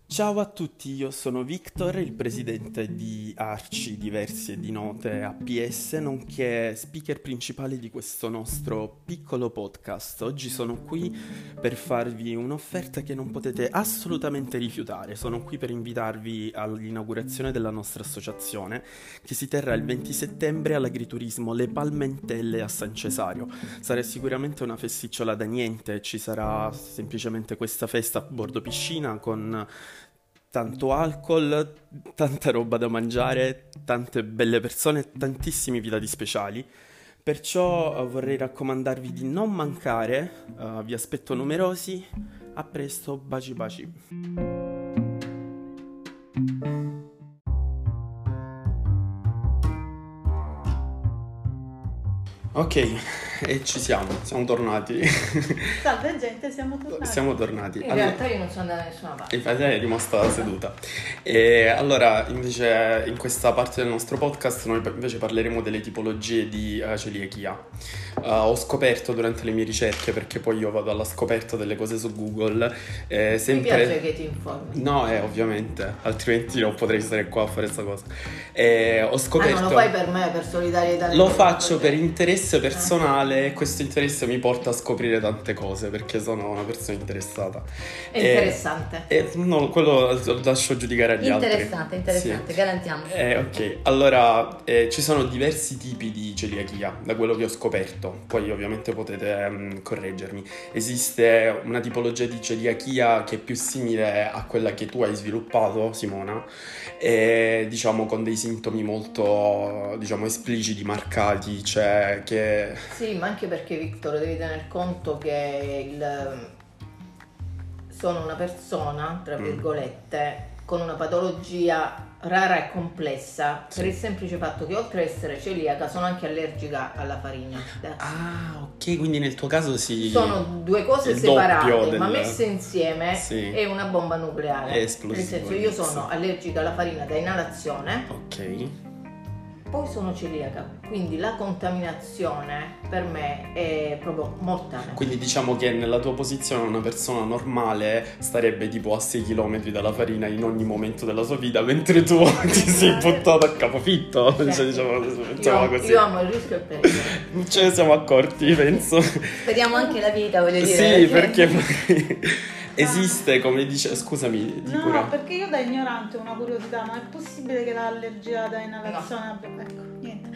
[SPEAKER 1] Ciao a tutti, io sono Victor, il presidente di Arci Diversi e di Note APS, nonché speaker principale di questo nostro piccolo podcast. Oggi sono qui per farvi un'offerta che non potete assolutamente rifiutare. Sono qui per invitarvi all'inaugurazione della nostra associazione che si terrà il 20 settembre all'agriturismo Le Palmentelle a San Cesario. Sarà sicuramente una festicciola da niente, ci sarà semplicemente questa festa a bordo piscina con tanto alcol, tanta roba da mangiare, tante belle persone, tantissimi invitati speciali. Perciò eh, vorrei raccomandarvi di non mancare, eh, vi aspetto numerosi, a presto, baci baci. Ok, e ci siamo, siamo tornati.
[SPEAKER 3] Salve gente, siamo tornati.
[SPEAKER 1] siamo tornati.
[SPEAKER 2] In
[SPEAKER 1] Allora-
[SPEAKER 2] realtà io non sono andata da nessuna parte.
[SPEAKER 1] Infatti è rimasta seduta. E allora, invece, in questa parte del nostro podcast noi pa- invece parleremo delle tipologie di eh, celiachia. Eh, ho scoperto durante le mie ricerche, perché poi io vado alla scoperta delle cose su Google, eh,
[SPEAKER 2] Mi piace
[SPEAKER 1] sempre...
[SPEAKER 2] che ti informi. Ah,
[SPEAKER 1] No, eh, ovviamente, altrimenti non potrei stare qua a fare questa cosa. Eh, ho
[SPEAKER 2] Ah,
[SPEAKER 1] scoperto...
[SPEAKER 2] non lo fai per me, per solidarietà. del
[SPEAKER 1] Lo
[SPEAKER 2] gruppo,
[SPEAKER 1] faccio
[SPEAKER 2] cioè.
[SPEAKER 1] per interesse personale e questo interesse mi porta a scoprire tante cose perché sono una persona interessata.
[SPEAKER 2] È
[SPEAKER 1] Eh,
[SPEAKER 2] interessante.
[SPEAKER 1] eh, no, quello lo lascio giudicare agli altri.
[SPEAKER 4] Interessante, interessante, garantiamo.
[SPEAKER 1] Sì. Eh, ok, allora eh, ci sono diversi tipi di celiachia, da quello che ho scoperto, poi ovviamente potete ehm, correggermi. Esiste una tipologia di celiachia che è più simile a quella che tu hai sviluppato, Simona, e, diciamo con dei sintomi molto diciamo, espliciti, marcati, cioè che
[SPEAKER 2] Sì, ma anche perché Victor devi tener conto che il- sono una persona, tra
[SPEAKER 1] Mm.
[SPEAKER 2] virgolette, con una patologia rara e complessa
[SPEAKER 1] Sì.
[SPEAKER 2] per il semplice fatto che oltre ad essere celiaca sono anche allergica alla farina.
[SPEAKER 1] Ah, ok, quindi nel tuo caso si
[SPEAKER 2] sono due cose
[SPEAKER 1] il doppio
[SPEAKER 2] separate, ma
[SPEAKER 1] del-
[SPEAKER 2] messe insieme
[SPEAKER 1] Sì.
[SPEAKER 2] è una bomba nucleare.
[SPEAKER 1] È esplosivo,
[SPEAKER 2] Nel senso, io sono
[SPEAKER 1] sì.
[SPEAKER 2] allergica alla farina da inalazione.
[SPEAKER 1] Ok.
[SPEAKER 2] Poi sono celiaca, quindi la contaminazione per me è proprio mortale.
[SPEAKER 1] Quindi diciamo che nella tua posizione una persona normale starebbe tipo a 6 km dalla farina in ogni momento della sua vita, mentre tu [laughs] ti sei buttato a capofitto.
[SPEAKER 2] Cioè,
[SPEAKER 1] Cioè, diciamo,
[SPEAKER 2] io,
[SPEAKER 1] mettiamola così.
[SPEAKER 2] io amo il rischio e il pericolo.
[SPEAKER 1] [laughs] Ce ne siamo accorti, penso.
[SPEAKER 4] Speriamo anche la vita, voglio dire.
[SPEAKER 1] sì, perché poi [laughs] esiste, come dice... Scusami, di
[SPEAKER 3] No,
[SPEAKER 1] cura.
[SPEAKER 3] perché io da ignorante ho una curiosità, ma è possibile che l'allergia da inalazione abbia... Ecco,
[SPEAKER 1] [laughs]
[SPEAKER 3] niente.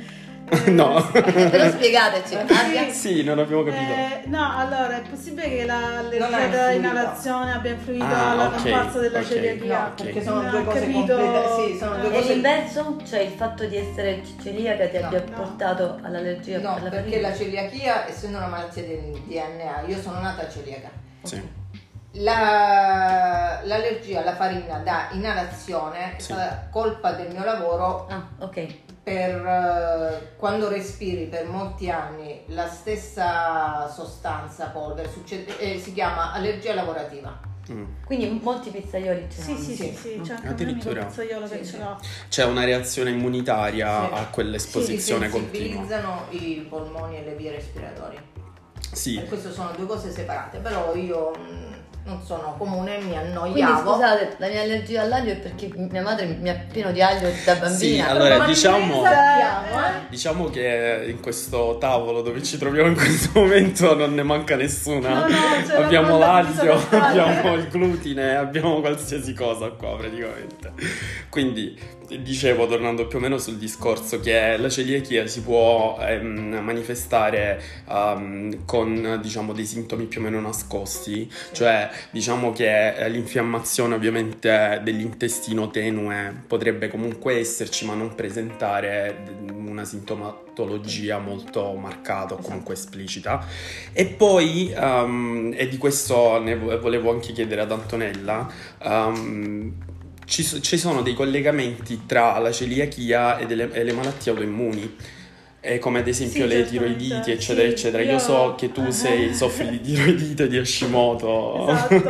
[SPEAKER 3] Eh, [laughs]
[SPEAKER 1] No.
[SPEAKER 2] ah,
[SPEAKER 4] Però
[SPEAKER 2] [laughs]
[SPEAKER 4] spiegateci, Ah, abbia-
[SPEAKER 1] Sì, non abbiamo capito.
[SPEAKER 3] Eh, no, allora è possibile che
[SPEAKER 2] Non ha
[SPEAKER 3] l'allergia
[SPEAKER 2] influito.
[SPEAKER 3] da inalazione abbia influito
[SPEAKER 1] Ah,
[SPEAKER 3] alla
[SPEAKER 1] ok,
[SPEAKER 3] comparsa della
[SPEAKER 1] ok.
[SPEAKER 3] celiachia?
[SPEAKER 2] No,
[SPEAKER 1] ok.
[SPEAKER 2] perché sono
[SPEAKER 3] Non
[SPEAKER 2] due
[SPEAKER 3] ho
[SPEAKER 2] cose
[SPEAKER 3] capito.
[SPEAKER 2] complete. Sì, sono due
[SPEAKER 3] Eh,
[SPEAKER 4] E
[SPEAKER 2] cose
[SPEAKER 4] l'inverso, cioè il fatto di essere celiaca ti
[SPEAKER 2] No,
[SPEAKER 4] abbia
[SPEAKER 3] no.
[SPEAKER 4] portato all'allergia
[SPEAKER 2] No,
[SPEAKER 4] alla
[SPEAKER 2] perché
[SPEAKER 4] farina?
[SPEAKER 2] la celiachia, essendo una malattia del DNA, io sono nata celiaca.
[SPEAKER 1] Sì.
[SPEAKER 2] La- l'allergia alla farina da inalazione è
[SPEAKER 1] Sì.
[SPEAKER 2] stata colpa del mio lavoro
[SPEAKER 4] Ah, ok.
[SPEAKER 2] per eh, quando respiri per molti anni la stessa sostanza polvere, succede- eh, si chiama allergia lavorativa.
[SPEAKER 1] Mm.
[SPEAKER 4] Quindi molti pizzaioli ce
[SPEAKER 3] Sì,
[SPEAKER 4] l'hanno. Mm.
[SPEAKER 3] sì, sì,
[SPEAKER 2] Sì. cioè,
[SPEAKER 3] sì, c'è anche
[SPEAKER 1] Addirittura.
[SPEAKER 3] un amico pizzaiolo che
[SPEAKER 2] Sì,
[SPEAKER 3] ce
[SPEAKER 2] sì.
[SPEAKER 3] l'ha.
[SPEAKER 1] C'è una reazione immunitaria
[SPEAKER 2] Sì.
[SPEAKER 1] a quell'esposizione
[SPEAKER 2] si
[SPEAKER 1] continua.
[SPEAKER 2] sensibilizzano i polmoni e le vie respiratorie.
[SPEAKER 1] Sì.
[SPEAKER 2] Per questo sono due cose separate, però io mm, non sono comune, mi
[SPEAKER 4] Quindi
[SPEAKER 2] annoiavo.
[SPEAKER 4] scusate, la mia allergia all'aglio è perché mia madre mi ha pieno di aglio da bambina.
[SPEAKER 1] allora,
[SPEAKER 3] Ma
[SPEAKER 1] diciamo-
[SPEAKER 3] noi sappiamo, eh.
[SPEAKER 1] Diciamo che in questo tavolo dove ci troviamo in questo [laughs] momento non ne manca nessuna.
[SPEAKER 3] No, no, c'è
[SPEAKER 1] abbiamo
[SPEAKER 3] la
[SPEAKER 1] l'aglio,
[SPEAKER 3] banda di
[SPEAKER 1] abbiamo il glutine, abbiamo qualsiasi cosa qua praticamente. Quindi dicevo, tornando più o meno sul discorso, che la celiachia si può ehm, manifestare ehm, con diciamo dei sintomi più o meno nascosti, cioè diciamo che eh, l'infiammazione ovviamente dell'intestino tenue potrebbe comunque esserci, ma non presentare d- una sintomatologia molto marcata o comunque
[SPEAKER 3] Esatto.
[SPEAKER 1] esplicita. E poi, ehm, e di questo ne vo- volevo anche chiedere ad Antonella, ehm, ci, so- ci sono dei collegamenti tra la celiachia e, delle- e le malattie autoimmuni. eh, come ad esempio
[SPEAKER 3] Sì,
[SPEAKER 1] le
[SPEAKER 3] certamente.
[SPEAKER 1] tiroiditi, eccetera,
[SPEAKER 3] Sì,
[SPEAKER 1] eccetera. Io,
[SPEAKER 3] io-
[SPEAKER 1] so che tu sei, soffri di tiroidite di Hashimoto. [laughs]
[SPEAKER 3] Esatto,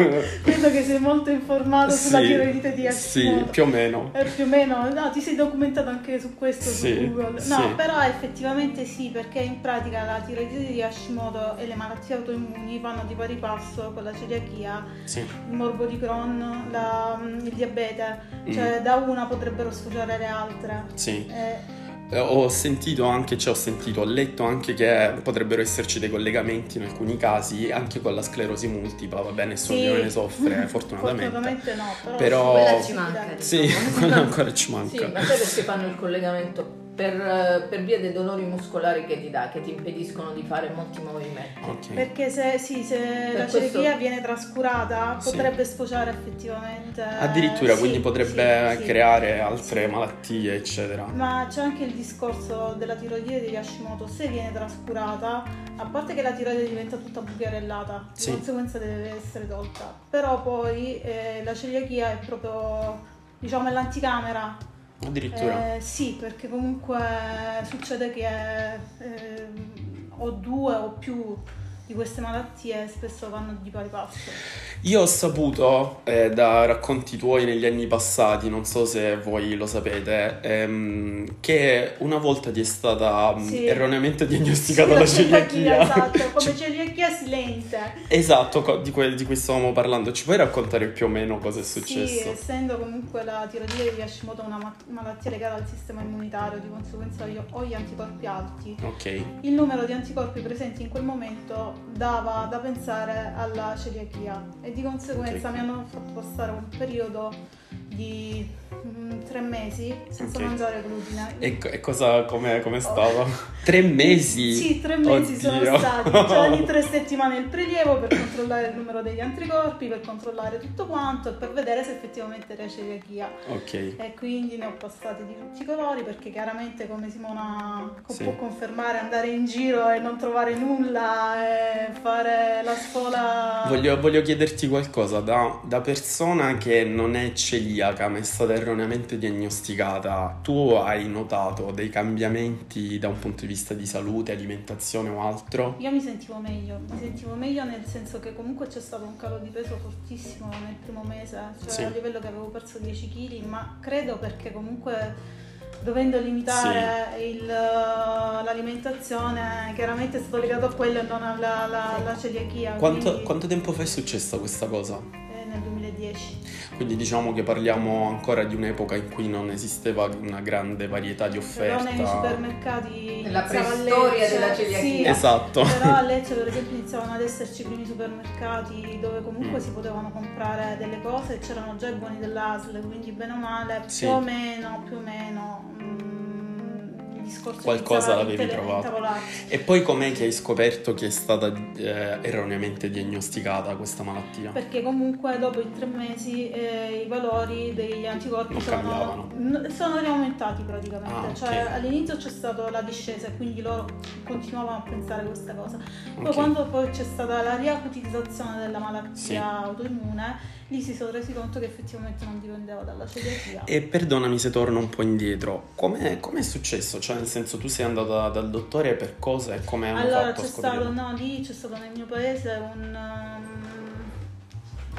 [SPEAKER 3] credo che sei molto informato sulla
[SPEAKER 1] Sì,
[SPEAKER 3] tiroidite di
[SPEAKER 1] Sì,
[SPEAKER 3] Hashimoto.
[SPEAKER 1] più o meno.
[SPEAKER 3] Eh, più o meno, no, ti sei documentato anche su questo
[SPEAKER 1] Sì,
[SPEAKER 3] su Google.
[SPEAKER 1] sì.
[SPEAKER 3] No, però effettivamente sì, perché in pratica la tiroidite di Hashimoto e le malattie autoimmuni vanno di pari passo con la celiachia,
[SPEAKER 1] Sì.
[SPEAKER 3] il morbo di Crohn, la- mm, il diabete,
[SPEAKER 1] Mm.
[SPEAKER 3] cioè da una potrebbero sfociare le altre.
[SPEAKER 1] Sì.
[SPEAKER 3] Eh,
[SPEAKER 1] Eh, Ho sentito anche, cioè ho sentito, ho letto anche che potrebbero esserci dei collegamenti in alcuni casi anche con la sclerosi multipla, vabbè, nessuno di noi ne
[SPEAKER 3] [laughs]
[SPEAKER 1] soffre, eh, fortunatamente.
[SPEAKER 3] Fortunatamente no, però,
[SPEAKER 1] Però-
[SPEAKER 4] Quella ci manca.
[SPEAKER 1] Sì,
[SPEAKER 4] diciamo.
[SPEAKER 1] [laughs] quella ancora ci
[SPEAKER 2] Sì,
[SPEAKER 1] manca.
[SPEAKER 2] ma sai perché fanno il collegamento per, per via dei dolori muscolari che ti dà, che ti impediscono di fare molti movimenti.
[SPEAKER 1] Ok.
[SPEAKER 3] Perché se, sì, se
[SPEAKER 2] Per
[SPEAKER 3] la
[SPEAKER 2] questo-
[SPEAKER 3] celiachia viene trascurata
[SPEAKER 1] Sì.
[SPEAKER 3] potrebbe sfociare effettivamente. eh,
[SPEAKER 1] Addirittura
[SPEAKER 3] sì,
[SPEAKER 1] quindi potrebbe
[SPEAKER 3] sì, sì.
[SPEAKER 1] creare altre malattie, eccetera.
[SPEAKER 3] Ma c'è anche il discorso della tiroide di Hashimoto, se viene trascurata, a parte che la tiroide diventa tutta bucherellata,
[SPEAKER 1] Sì.
[SPEAKER 3] di conseguenza deve essere tolta, però poi eh, la celiachia è proprio, diciamo, è l'anticamera.
[SPEAKER 1] Addirittura.
[SPEAKER 3] Eh, sì, perché comunque succede che ehm, o due o più di queste malattie spesso vanno di pari passo.
[SPEAKER 1] Io ho saputo eh, da racconti tuoi negli anni passati, non so se voi lo sapete, ehm, che una volta ti è stata mh,
[SPEAKER 3] Sì.
[SPEAKER 1] erroneamente diagnosticata la celiachia. Cioè.
[SPEAKER 3] Esatto,
[SPEAKER 1] Ci-
[SPEAKER 3] come celiachia silente.
[SPEAKER 1] [laughs] Esatto, co- di, quel- di cui stavamo parlando. Ci puoi raccontare più o meno cosa è
[SPEAKER 3] Sì,
[SPEAKER 1] successo?
[SPEAKER 3] essendo comunque la tiroide di Hashimoto una ma- malattia legata al sistema immunitario, di conseguenza io ho gli anticorpi alti.
[SPEAKER 1] Ok,
[SPEAKER 3] Il numero di anticorpi presenti in quel momento dava da pensare alla celiachia e di conseguenza
[SPEAKER 1] Ok.
[SPEAKER 3] mi hanno fatto passare un periodo di mm, tre mesi senza
[SPEAKER 1] Ok.
[SPEAKER 3] mangiare glutine.
[SPEAKER 1] e, co- e cosa, come, come stava? Tre mesi?
[SPEAKER 3] Oh. Sì, tre mesi
[SPEAKER 1] Oddio.
[SPEAKER 3] sono stati, cioè
[SPEAKER 1] [laughs]
[SPEAKER 3] ogni tre settimane il prelievo per controllare il numero degli anticorpi, per controllare tutto quanto e per vedere se effettivamente era celiachia.
[SPEAKER 1] Ok,
[SPEAKER 3] E quindi ne ho passati di tutti i colori perché chiaramente come Simona co-
[SPEAKER 1] Sì.
[SPEAKER 3] può confermare andare in giro e non trovare nulla e fare la scuola...
[SPEAKER 1] voglio, voglio chiederti qualcosa da, da persona che non è celiaca ma è stata erroneamente diagnosticata. Tu hai notato dei cambiamenti da un punto di vista di salute, alimentazione o altro?
[SPEAKER 3] Io mi sentivo meglio, mi sentivo meglio nel senso che comunque c'è stato un calo di peso fortissimo nel primo mese, cioè
[SPEAKER 1] Sì.
[SPEAKER 3] a livello che avevo perso 10 kg, ma credo perché comunque dovendo limitare il, eh, l'alimentazione chiaramente è stato legato a quello e non alla, alla- alla celiachia.
[SPEAKER 1] Quanto,
[SPEAKER 3] quindi,
[SPEAKER 1] quanto tempo fa è successa questa cosa?
[SPEAKER 3] eh, nel 2010.
[SPEAKER 1] Quindi diciamo che parliamo ancora di un'epoca in cui non esisteva una grande varietà di
[SPEAKER 3] Però nei
[SPEAKER 1] offerta.
[SPEAKER 3] supermercati
[SPEAKER 2] Nella
[SPEAKER 3] iniziava a
[SPEAKER 2] preistoria
[SPEAKER 3] Lecce,
[SPEAKER 2] della celiachia.
[SPEAKER 3] sì,
[SPEAKER 1] Esatto.
[SPEAKER 3] Però a Lecce per esempio iniziavano ad esserci i primi supermercati dove comunque
[SPEAKER 1] Mm.
[SPEAKER 3] si potevano comprare delle cose e c'erano già i buoni dell'ASL, quindi bene o male, più
[SPEAKER 1] Sì.
[SPEAKER 3] o meno, più o meno mm, il discorso
[SPEAKER 1] Qualcosa
[SPEAKER 3] iniziava a
[SPEAKER 1] l'avevi
[SPEAKER 3] intele-
[SPEAKER 1] provato.
[SPEAKER 3] intavolarsi.
[SPEAKER 1] E poi com'è che hai scoperto che è stata eh, erroneamente diagnosticata questa malattia?
[SPEAKER 3] Perché comunque dopo i tre mesi eh, i valori degli anticorpi
[SPEAKER 1] Non
[SPEAKER 3] sono,
[SPEAKER 1] cambiavano.
[SPEAKER 3] n- sono riaumentati praticamente.
[SPEAKER 1] Ah,
[SPEAKER 3] Cioè
[SPEAKER 1] ok.
[SPEAKER 3] all'inizio c'è stata la discesa e quindi loro continuavano a pensare questa cosa. Poi
[SPEAKER 1] Ok.
[SPEAKER 3] quando poi c'è stata la riacutizzazione della malattia
[SPEAKER 1] Sì.
[SPEAKER 3] autoimmune, lì si sono resi conto che effettivamente non dipendeva dalla celiachia.
[SPEAKER 1] E perdonami se torno un po' indietro, com'è, com'è successo? Cioè nel senso tu sei andata dal dottore per cosa e come hanno
[SPEAKER 3] Allora
[SPEAKER 1] fatto
[SPEAKER 3] c'è
[SPEAKER 1] a scoprire?
[SPEAKER 3] stato, no, lì c'è stato nel mio paese un, um,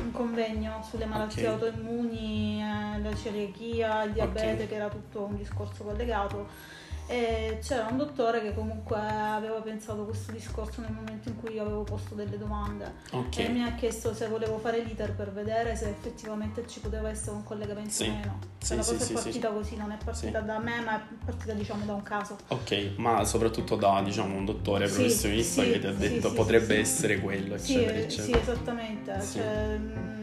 [SPEAKER 3] un convegno sulle malattie
[SPEAKER 1] Ok.
[SPEAKER 3] autoimmuni, eh, la celiachia, il diabete,
[SPEAKER 1] Ok.
[SPEAKER 3] che era tutto un discorso collegato. E c'era un dottore che comunque aveva pensato questo discorso nel momento in cui io avevo posto delle domande
[SPEAKER 1] Ok,
[SPEAKER 3] e eh, mi ha chiesto se volevo fare l'iter per vedere se effettivamente ci poteva essere un collegamento
[SPEAKER 1] Sì.
[SPEAKER 3] o meno. Cioè,
[SPEAKER 1] Sì,
[SPEAKER 3] la
[SPEAKER 1] sì,
[SPEAKER 3] cosa
[SPEAKER 1] sì,
[SPEAKER 3] è
[SPEAKER 1] sì.
[SPEAKER 3] partita così, non è partita da me, ma è partita diciamo da un caso.
[SPEAKER 1] ok, ma soprattutto da diciamo un dottore
[SPEAKER 3] Sì,
[SPEAKER 1] professionista
[SPEAKER 3] sì,
[SPEAKER 1] che ti ha
[SPEAKER 3] sì,
[SPEAKER 1] detto
[SPEAKER 3] sì,
[SPEAKER 1] potrebbe
[SPEAKER 3] sì, sì.
[SPEAKER 1] essere quello,
[SPEAKER 3] Sì,
[SPEAKER 1] eccetera,
[SPEAKER 3] eh, sì,
[SPEAKER 1] eccetera.
[SPEAKER 3] esattamente.
[SPEAKER 1] Sì.
[SPEAKER 3] Cioè, mh,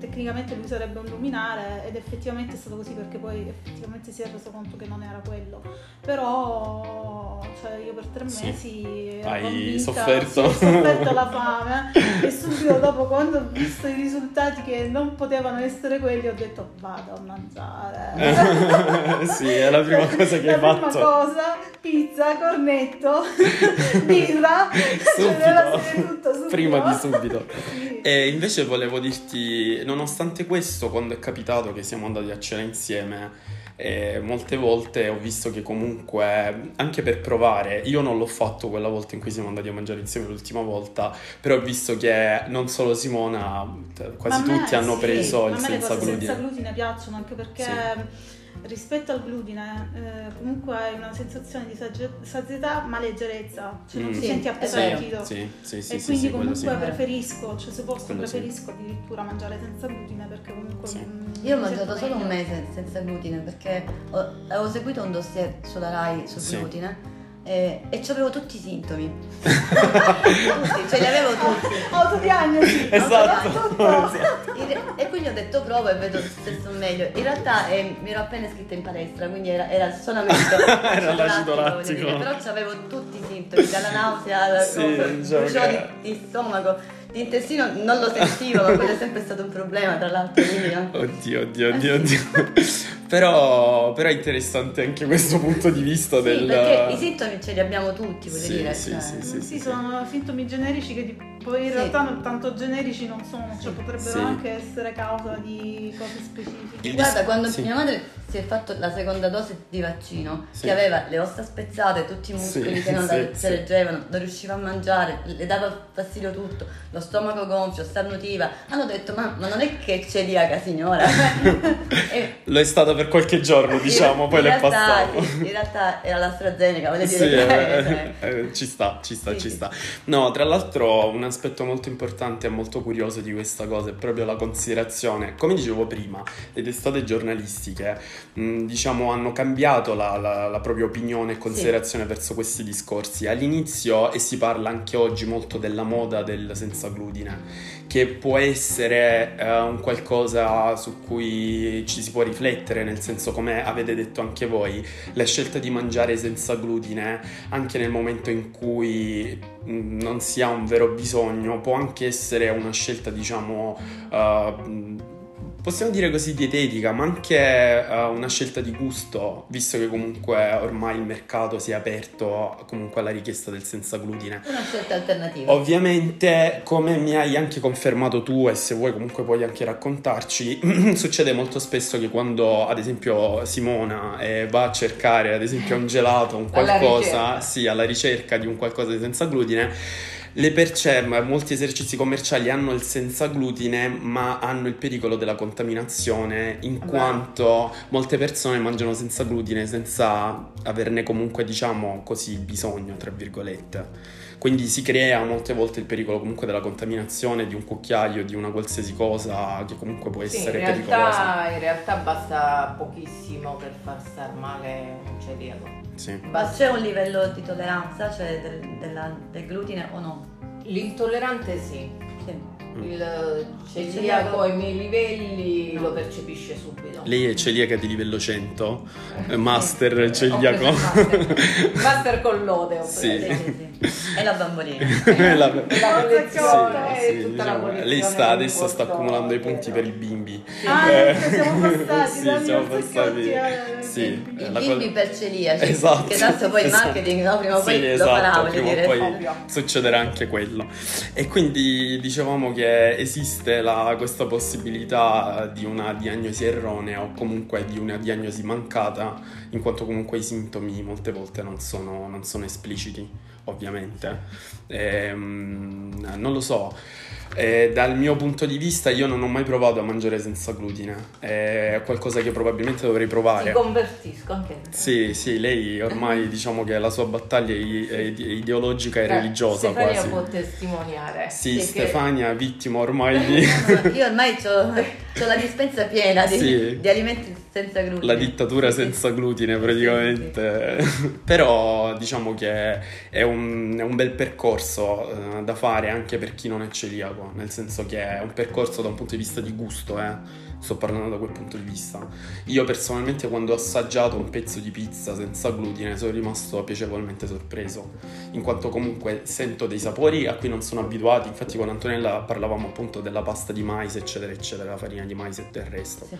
[SPEAKER 3] tecnicamente lui sarebbe un luminare ed effettivamente è stato così perché poi effettivamente si è reso conto che non era quello. Però cioè, io per tre
[SPEAKER 1] Sì.
[SPEAKER 3] mesi ero
[SPEAKER 1] Hai
[SPEAKER 3] convinta-
[SPEAKER 1] sofferto.
[SPEAKER 3] sì, ho
[SPEAKER 1] [laughs]
[SPEAKER 3] sofferto la fame eh. e subito dopo quando ho visto i risultati che non potevano essere quelli ho detto vado a mangiare.
[SPEAKER 1] [laughs] Sì, è la
[SPEAKER 3] [laughs]
[SPEAKER 1] prima cosa che
[SPEAKER 3] La
[SPEAKER 1] hai
[SPEAKER 3] prima
[SPEAKER 1] fatto.
[SPEAKER 3] cosa, pizza, cornetto, [laughs] birra, cioè deve essere tutto subito.
[SPEAKER 1] Prima di subito.
[SPEAKER 3] [laughs]
[SPEAKER 1] Eh,
[SPEAKER 3] Sì.
[SPEAKER 1] E invece volevo dirti, nonostante questo, quando è capitato che siamo andati a cena insieme, eh, molte volte ho visto che comunque, anche per provare, io non l'ho fatto quella volta in cui siamo andati a mangiare insieme l'ultima volta, però ho visto che non solo Simona, t- quasi
[SPEAKER 3] Ma a me,
[SPEAKER 1] tutti hanno
[SPEAKER 3] sì,
[SPEAKER 1] preso
[SPEAKER 3] a
[SPEAKER 1] il
[SPEAKER 3] me le
[SPEAKER 1] senza
[SPEAKER 3] cose
[SPEAKER 1] glutine.
[SPEAKER 3] senza glutine piacciono anche perché rispetto al glutine eh, comunque hai una sensazione di sage- sazietà ma leggerezza, cioè non
[SPEAKER 1] Mm.
[SPEAKER 3] ti
[SPEAKER 1] Sì,
[SPEAKER 3] senti
[SPEAKER 2] è
[SPEAKER 3] appesantito.
[SPEAKER 1] Sì, sì, sì,
[SPEAKER 3] e
[SPEAKER 1] sì,
[SPEAKER 3] quindi
[SPEAKER 1] sì, quello
[SPEAKER 3] comunque
[SPEAKER 1] sì.
[SPEAKER 3] preferisco, cioè se posso
[SPEAKER 1] Quello sì.
[SPEAKER 3] preferisco addirittura mangiare senza glutine perché comunque...
[SPEAKER 1] Sì.
[SPEAKER 3] mm,
[SPEAKER 4] Io ho
[SPEAKER 3] mi sento
[SPEAKER 4] mangiato solo un
[SPEAKER 3] meglio.
[SPEAKER 4] mese senza glutine perché ho, avevo seguito un dossier sulla RAI sul
[SPEAKER 1] Sì.
[SPEAKER 4] glutine eh, e avevo tutti
[SPEAKER 1] [laughs]
[SPEAKER 4] i sintomi. tutti, ce li avevo tutti.
[SPEAKER 3] Autodiagnosi.
[SPEAKER 1] Esatto.
[SPEAKER 3] Tutto.
[SPEAKER 4] In re- E quindi ho detto provo e vedo se sto meglio. In realtà eh, mi ero appena iscritta in palestra, quindi era, era
[SPEAKER 1] [laughs]
[SPEAKER 4] solamente
[SPEAKER 1] Era l'acido
[SPEAKER 4] voglio
[SPEAKER 1] lattico.
[SPEAKER 4] dire, Però avevo tutti i sintomi, dalla nausea, dal
[SPEAKER 1] Sì, diciamo
[SPEAKER 4] bruciore
[SPEAKER 1] gioca.
[SPEAKER 4] di, di stomaco, di intestino non lo sentivo, ma quello è sempre stato un problema, tra l'altro. Quindi, no.
[SPEAKER 1] Oddio, oddio,
[SPEAKER 3] Eh,
[SPEAKER 1] oddio, oddio. [laughs] però, però è interessante anche questo punto di vista
[SPEAKER 4] Sì,
[SPEAKER 1] del...
[SPEAKER 4] perché i sintomi ce li abbiamo tutti, voglio
[SPEAKER 1] Sì,
[SPEAKER 4] dire.
[SPEAKER 1] sì,
[SPEAKER 4] cioè.
[SPEAKER 1] sì,
[SPEAKER 3] Sì,
[SPEAKER 1] sì.
[SPEAKER 3] sono sintomi generici che di- poi in
[SPEAKER 4] Sì.
[SPEAKER 3] realtà non tanto generici non sono, cioè potrebbero
[SPEAKER 1] Sì.
[SPEAKER 3] anche essere causa di cose specifiche.
[SPEAKER 1] Il
[SPEAKER 4] Guarda,
[SPEAKER 1] dis-
[SPEAKER 4] quando
[SPEAKER 1] sì.
[SPEAKER 4] mia madre si è fatto la seconda dose di vaccino,
[SPEAKER 1] Sì.
[SPEAKER 4] che aveva le ossa spezzate, tutti i muscoli
[SPEAKER 1] Sì,
[SPEAKER 4] che non
[SPEAKER 1] sì,
[SPEAKER 4] la- si
[SPEAKER 1] sì.
[SPEAKER 4] reggevano, non riusciva a mangiare, le dava fastidio tutto, lo stomaco gonfio, starnutiva, hanno detto ma, ma non è che
[SPEAKER 1] [laughs]
[SPEAKER 4] celiaca signora? E
[SPEAKER 1] Lo è stata per qualche
[SPEAKER 3] [laughs]
[SPEAKER 1] giorno, diciamo,
[SPEAKER 4] in-
[SPEAKER 1] poi
[SPEAKER 4] in
[SPEAKER 1] l'è
[SPEAKER 4] realtà-
[SPEAKER 1] passato.
[SPEAKER 4] In realtà era l'AstraZeneca, voglio dire.
[SPEAKER 1] Sì,
[SPEAKER 4] cioè,
[SPEAKER 1] eh, eh, ci sta, ci sta,
[SPEAKER 4] Sì,
[SPEAKER 1] ci
[SPEAKER 4] sì.
[SPEAKER 1] sta. No, tra l'altro un aspetto molto importante e molto curioso di questa cosa è proprio la considerazione, come dicevo prima, le testate giornalistiche, mh, diciamo, hanno cambiato la, la- la propria opinione e considerazione verso questi discorsi. All'inizio, e si parla anche oggi molto della moda del senza glutine, che può essere eh, un qualcosa su cui ci si può riflettere, nel senso come avete detto anche voi, la scelta di mangiare senza glutine anche nel momento in cui mh, non si ha un vero bisogno può anche essere una scelta diciamo eh, mh, possiamo dire così dietetica ma anche eh, una scelta di gusto visto che comunque ormai il mercato si è aperto comunque alla richiesta del senza glutine
[SPEAKER 4] cioè, Una scelta alternativa.
[SPEAKER 1] Ovviamente, come mi hai anche confermato tu, e se vuoi comunque puoi anche raccontarci, [clears throat] succede molto spesso che quando, ad esempio, Simona eh, va a cercare, ad esempio, un gelato, un
[SPEAKER 2] Alla
[SPEAKER 1] qualcosa,
[SPEAKER 2] ricerca.
[SPEAKER 1] sì, alla ricerca di un qualcosa di senza glutine, le perce, ma molti esercizi commerciali hanno il senza glutine, ma hanno il pericolo della contaminazione, in
[SPEAKER 2] Vabbè.
[SPEAKER 1] quanto molte persone mangiano senza glutine senza averne comunque, diciamo così, bisogno, tra virgolette. Quindi si crea molte volte il pericolo comunque della contaminazione di un cucchiaio, di una qualsiasi cosa che comunque può
[SPEAKER 2] Sì, in
[SPEAKER 1] essere pericolosa.
[SPEAKER 2] realtà, in realtà basta pochissimo per far star male un celiaco.
[SPEAKER 1] Sì.
[SPEAKER 4] Ma
[SPEAKER 2] Basta-
[SPEAKER 4] c'è un livello di tolleranza, cioè del, della- del glutine o no?
[SPEAKER 2] L'intollerante sì,
[SPEAKER 4] Sì.
[SPEAKER 1] Mm.
[SPEAKER 2] il celiaco ai miei livelli lo percepisce subito.
[SPEAKER 1] Lei è celiaca di livello 100, eh, master
[SPEAKER 4] Ho preso
[SPEAKER 1] celiaco. [laughs]
[SPEAKER 4] il master.
[SPEAKER 2] Master con lode, ho
[SPEAKER 1] Sì.
[SPEAKER 2] preso.
[SPEAKER 4] Sì, sì, sì. E la
[SPEAKER 1] [laughs]
[SPEAKER 4] bambolina.
[SPEAKER 1] La-
[SPEAKER 2] La collezione
[SPEAKER 1] Sì,
[SPEAKER 2] e
[SPEAKER 1] sì,
[SPEAKER 2] tutta la
[SPEAKER 1] diciamo,
[SPEAKER 2] collezione
[SPEAKER 1] lei sta
[SPEAKER 2] di
[SPEAKER 1] adesso sta
[SPEAKER 2] questo
[SPEAKER 1] accumulando i punti
[SPEAKER 2] vero.
[SPEAKER 1] per i bimbi. [laughs]
[SPEAKER 3] Ah,
[SPEAKER 1] Eh,
[SPEAKER 3] ecco, siamo passati,
[SPEAKER 1] sì,
[SPEAKER 3] dai,
[SPEAKER 1] siamo
[SPEAKER 3] non so che
[SPEAKER 1] passati.
[SPEAKER 3] oggi è-
[SPEAKER 1] Sì, Eh,
[SPEAKER 4] I
[SPEAKER 1] la
[SPEAKER 4] bimbi
[SPEAKER 1] cosa-
[SPEAKER 4] per celiaci.
[SPEAKER 1] Esatto.
[SPEAKER 4] Che tanto poi il
[SPEAKER 1] Esatto.
[SPEAKER 4] marketing no, prima o poi
[SPEAKER 1] Sì,
[SPEAKER 4] lo
[SPEAKER 1] esatto,
[SPEAKER 4] farà, voglio
[SPEAKER 1] prima o
[SPEAKER 4] dire.
[SPEAKER 1] poi-
[SPEAKER 2] Ovvio.
[SPEAKER 1] Succederà anche quello. E quindi dicevamo che esiste la- questa possibilità di una diagnosi erronea o comunque di una diagnosi mancata, in quanto comunque i sintomi molte volte non sono, non sono espliciti, ovviamente. Ehm, non lo so. Eh, dal mio punto di vista io non ho mai provato a mangiare senza glutine, è qualcosa che probabilmente dovrei
[SPEAKER 2] Ti
[SPEAKER 1] provare.
[SPEAKER 2] convertisco anche te.
[SPEAKER 1] Sì, sì, lei ormai diciamo che la sua battaglia è i- è ide- ideologica e
[SPEAKER 2] Mhm. Beh,
[SPEAKER 1] religiosa
[SPEAKER 2] Stefania
[SPEAKER 1] quasi.
[SPEAKER 2] può testimoniare.
[SPEAKER 1] Sì,
[SPEAKER 2] perché-
[SPEAKER 1] Stefania è vittima ormai di
[SPEAKER 4] [laughs] Io ormai ho la dispensa piena di,
[SPEAKER 1] Sì.
[SPEAKER 4] di alimenti senza glutine.
[SPEAKER 1] la dittatura senza glutine praticamente. [laughs] Però diciamo che è un, è un bel percorso eh, da fare anche per chi non è celiaco, nel senso che è un percorso da un punto di vista di gusto, eh. Sto parlando da quel punto di vista. Io personalmente quando ho assaggiato un pezzo di pizza senza glutine sono rimasto piacevolmente sorpreso. in quanto comunque sento dei sapori a cui non sono abituati. Infatti, con Antonella parlavamo appunto della pasta di mais, eccetera, eccetera, la farina di mais e del resto.
[SPEAKER 4] Sì.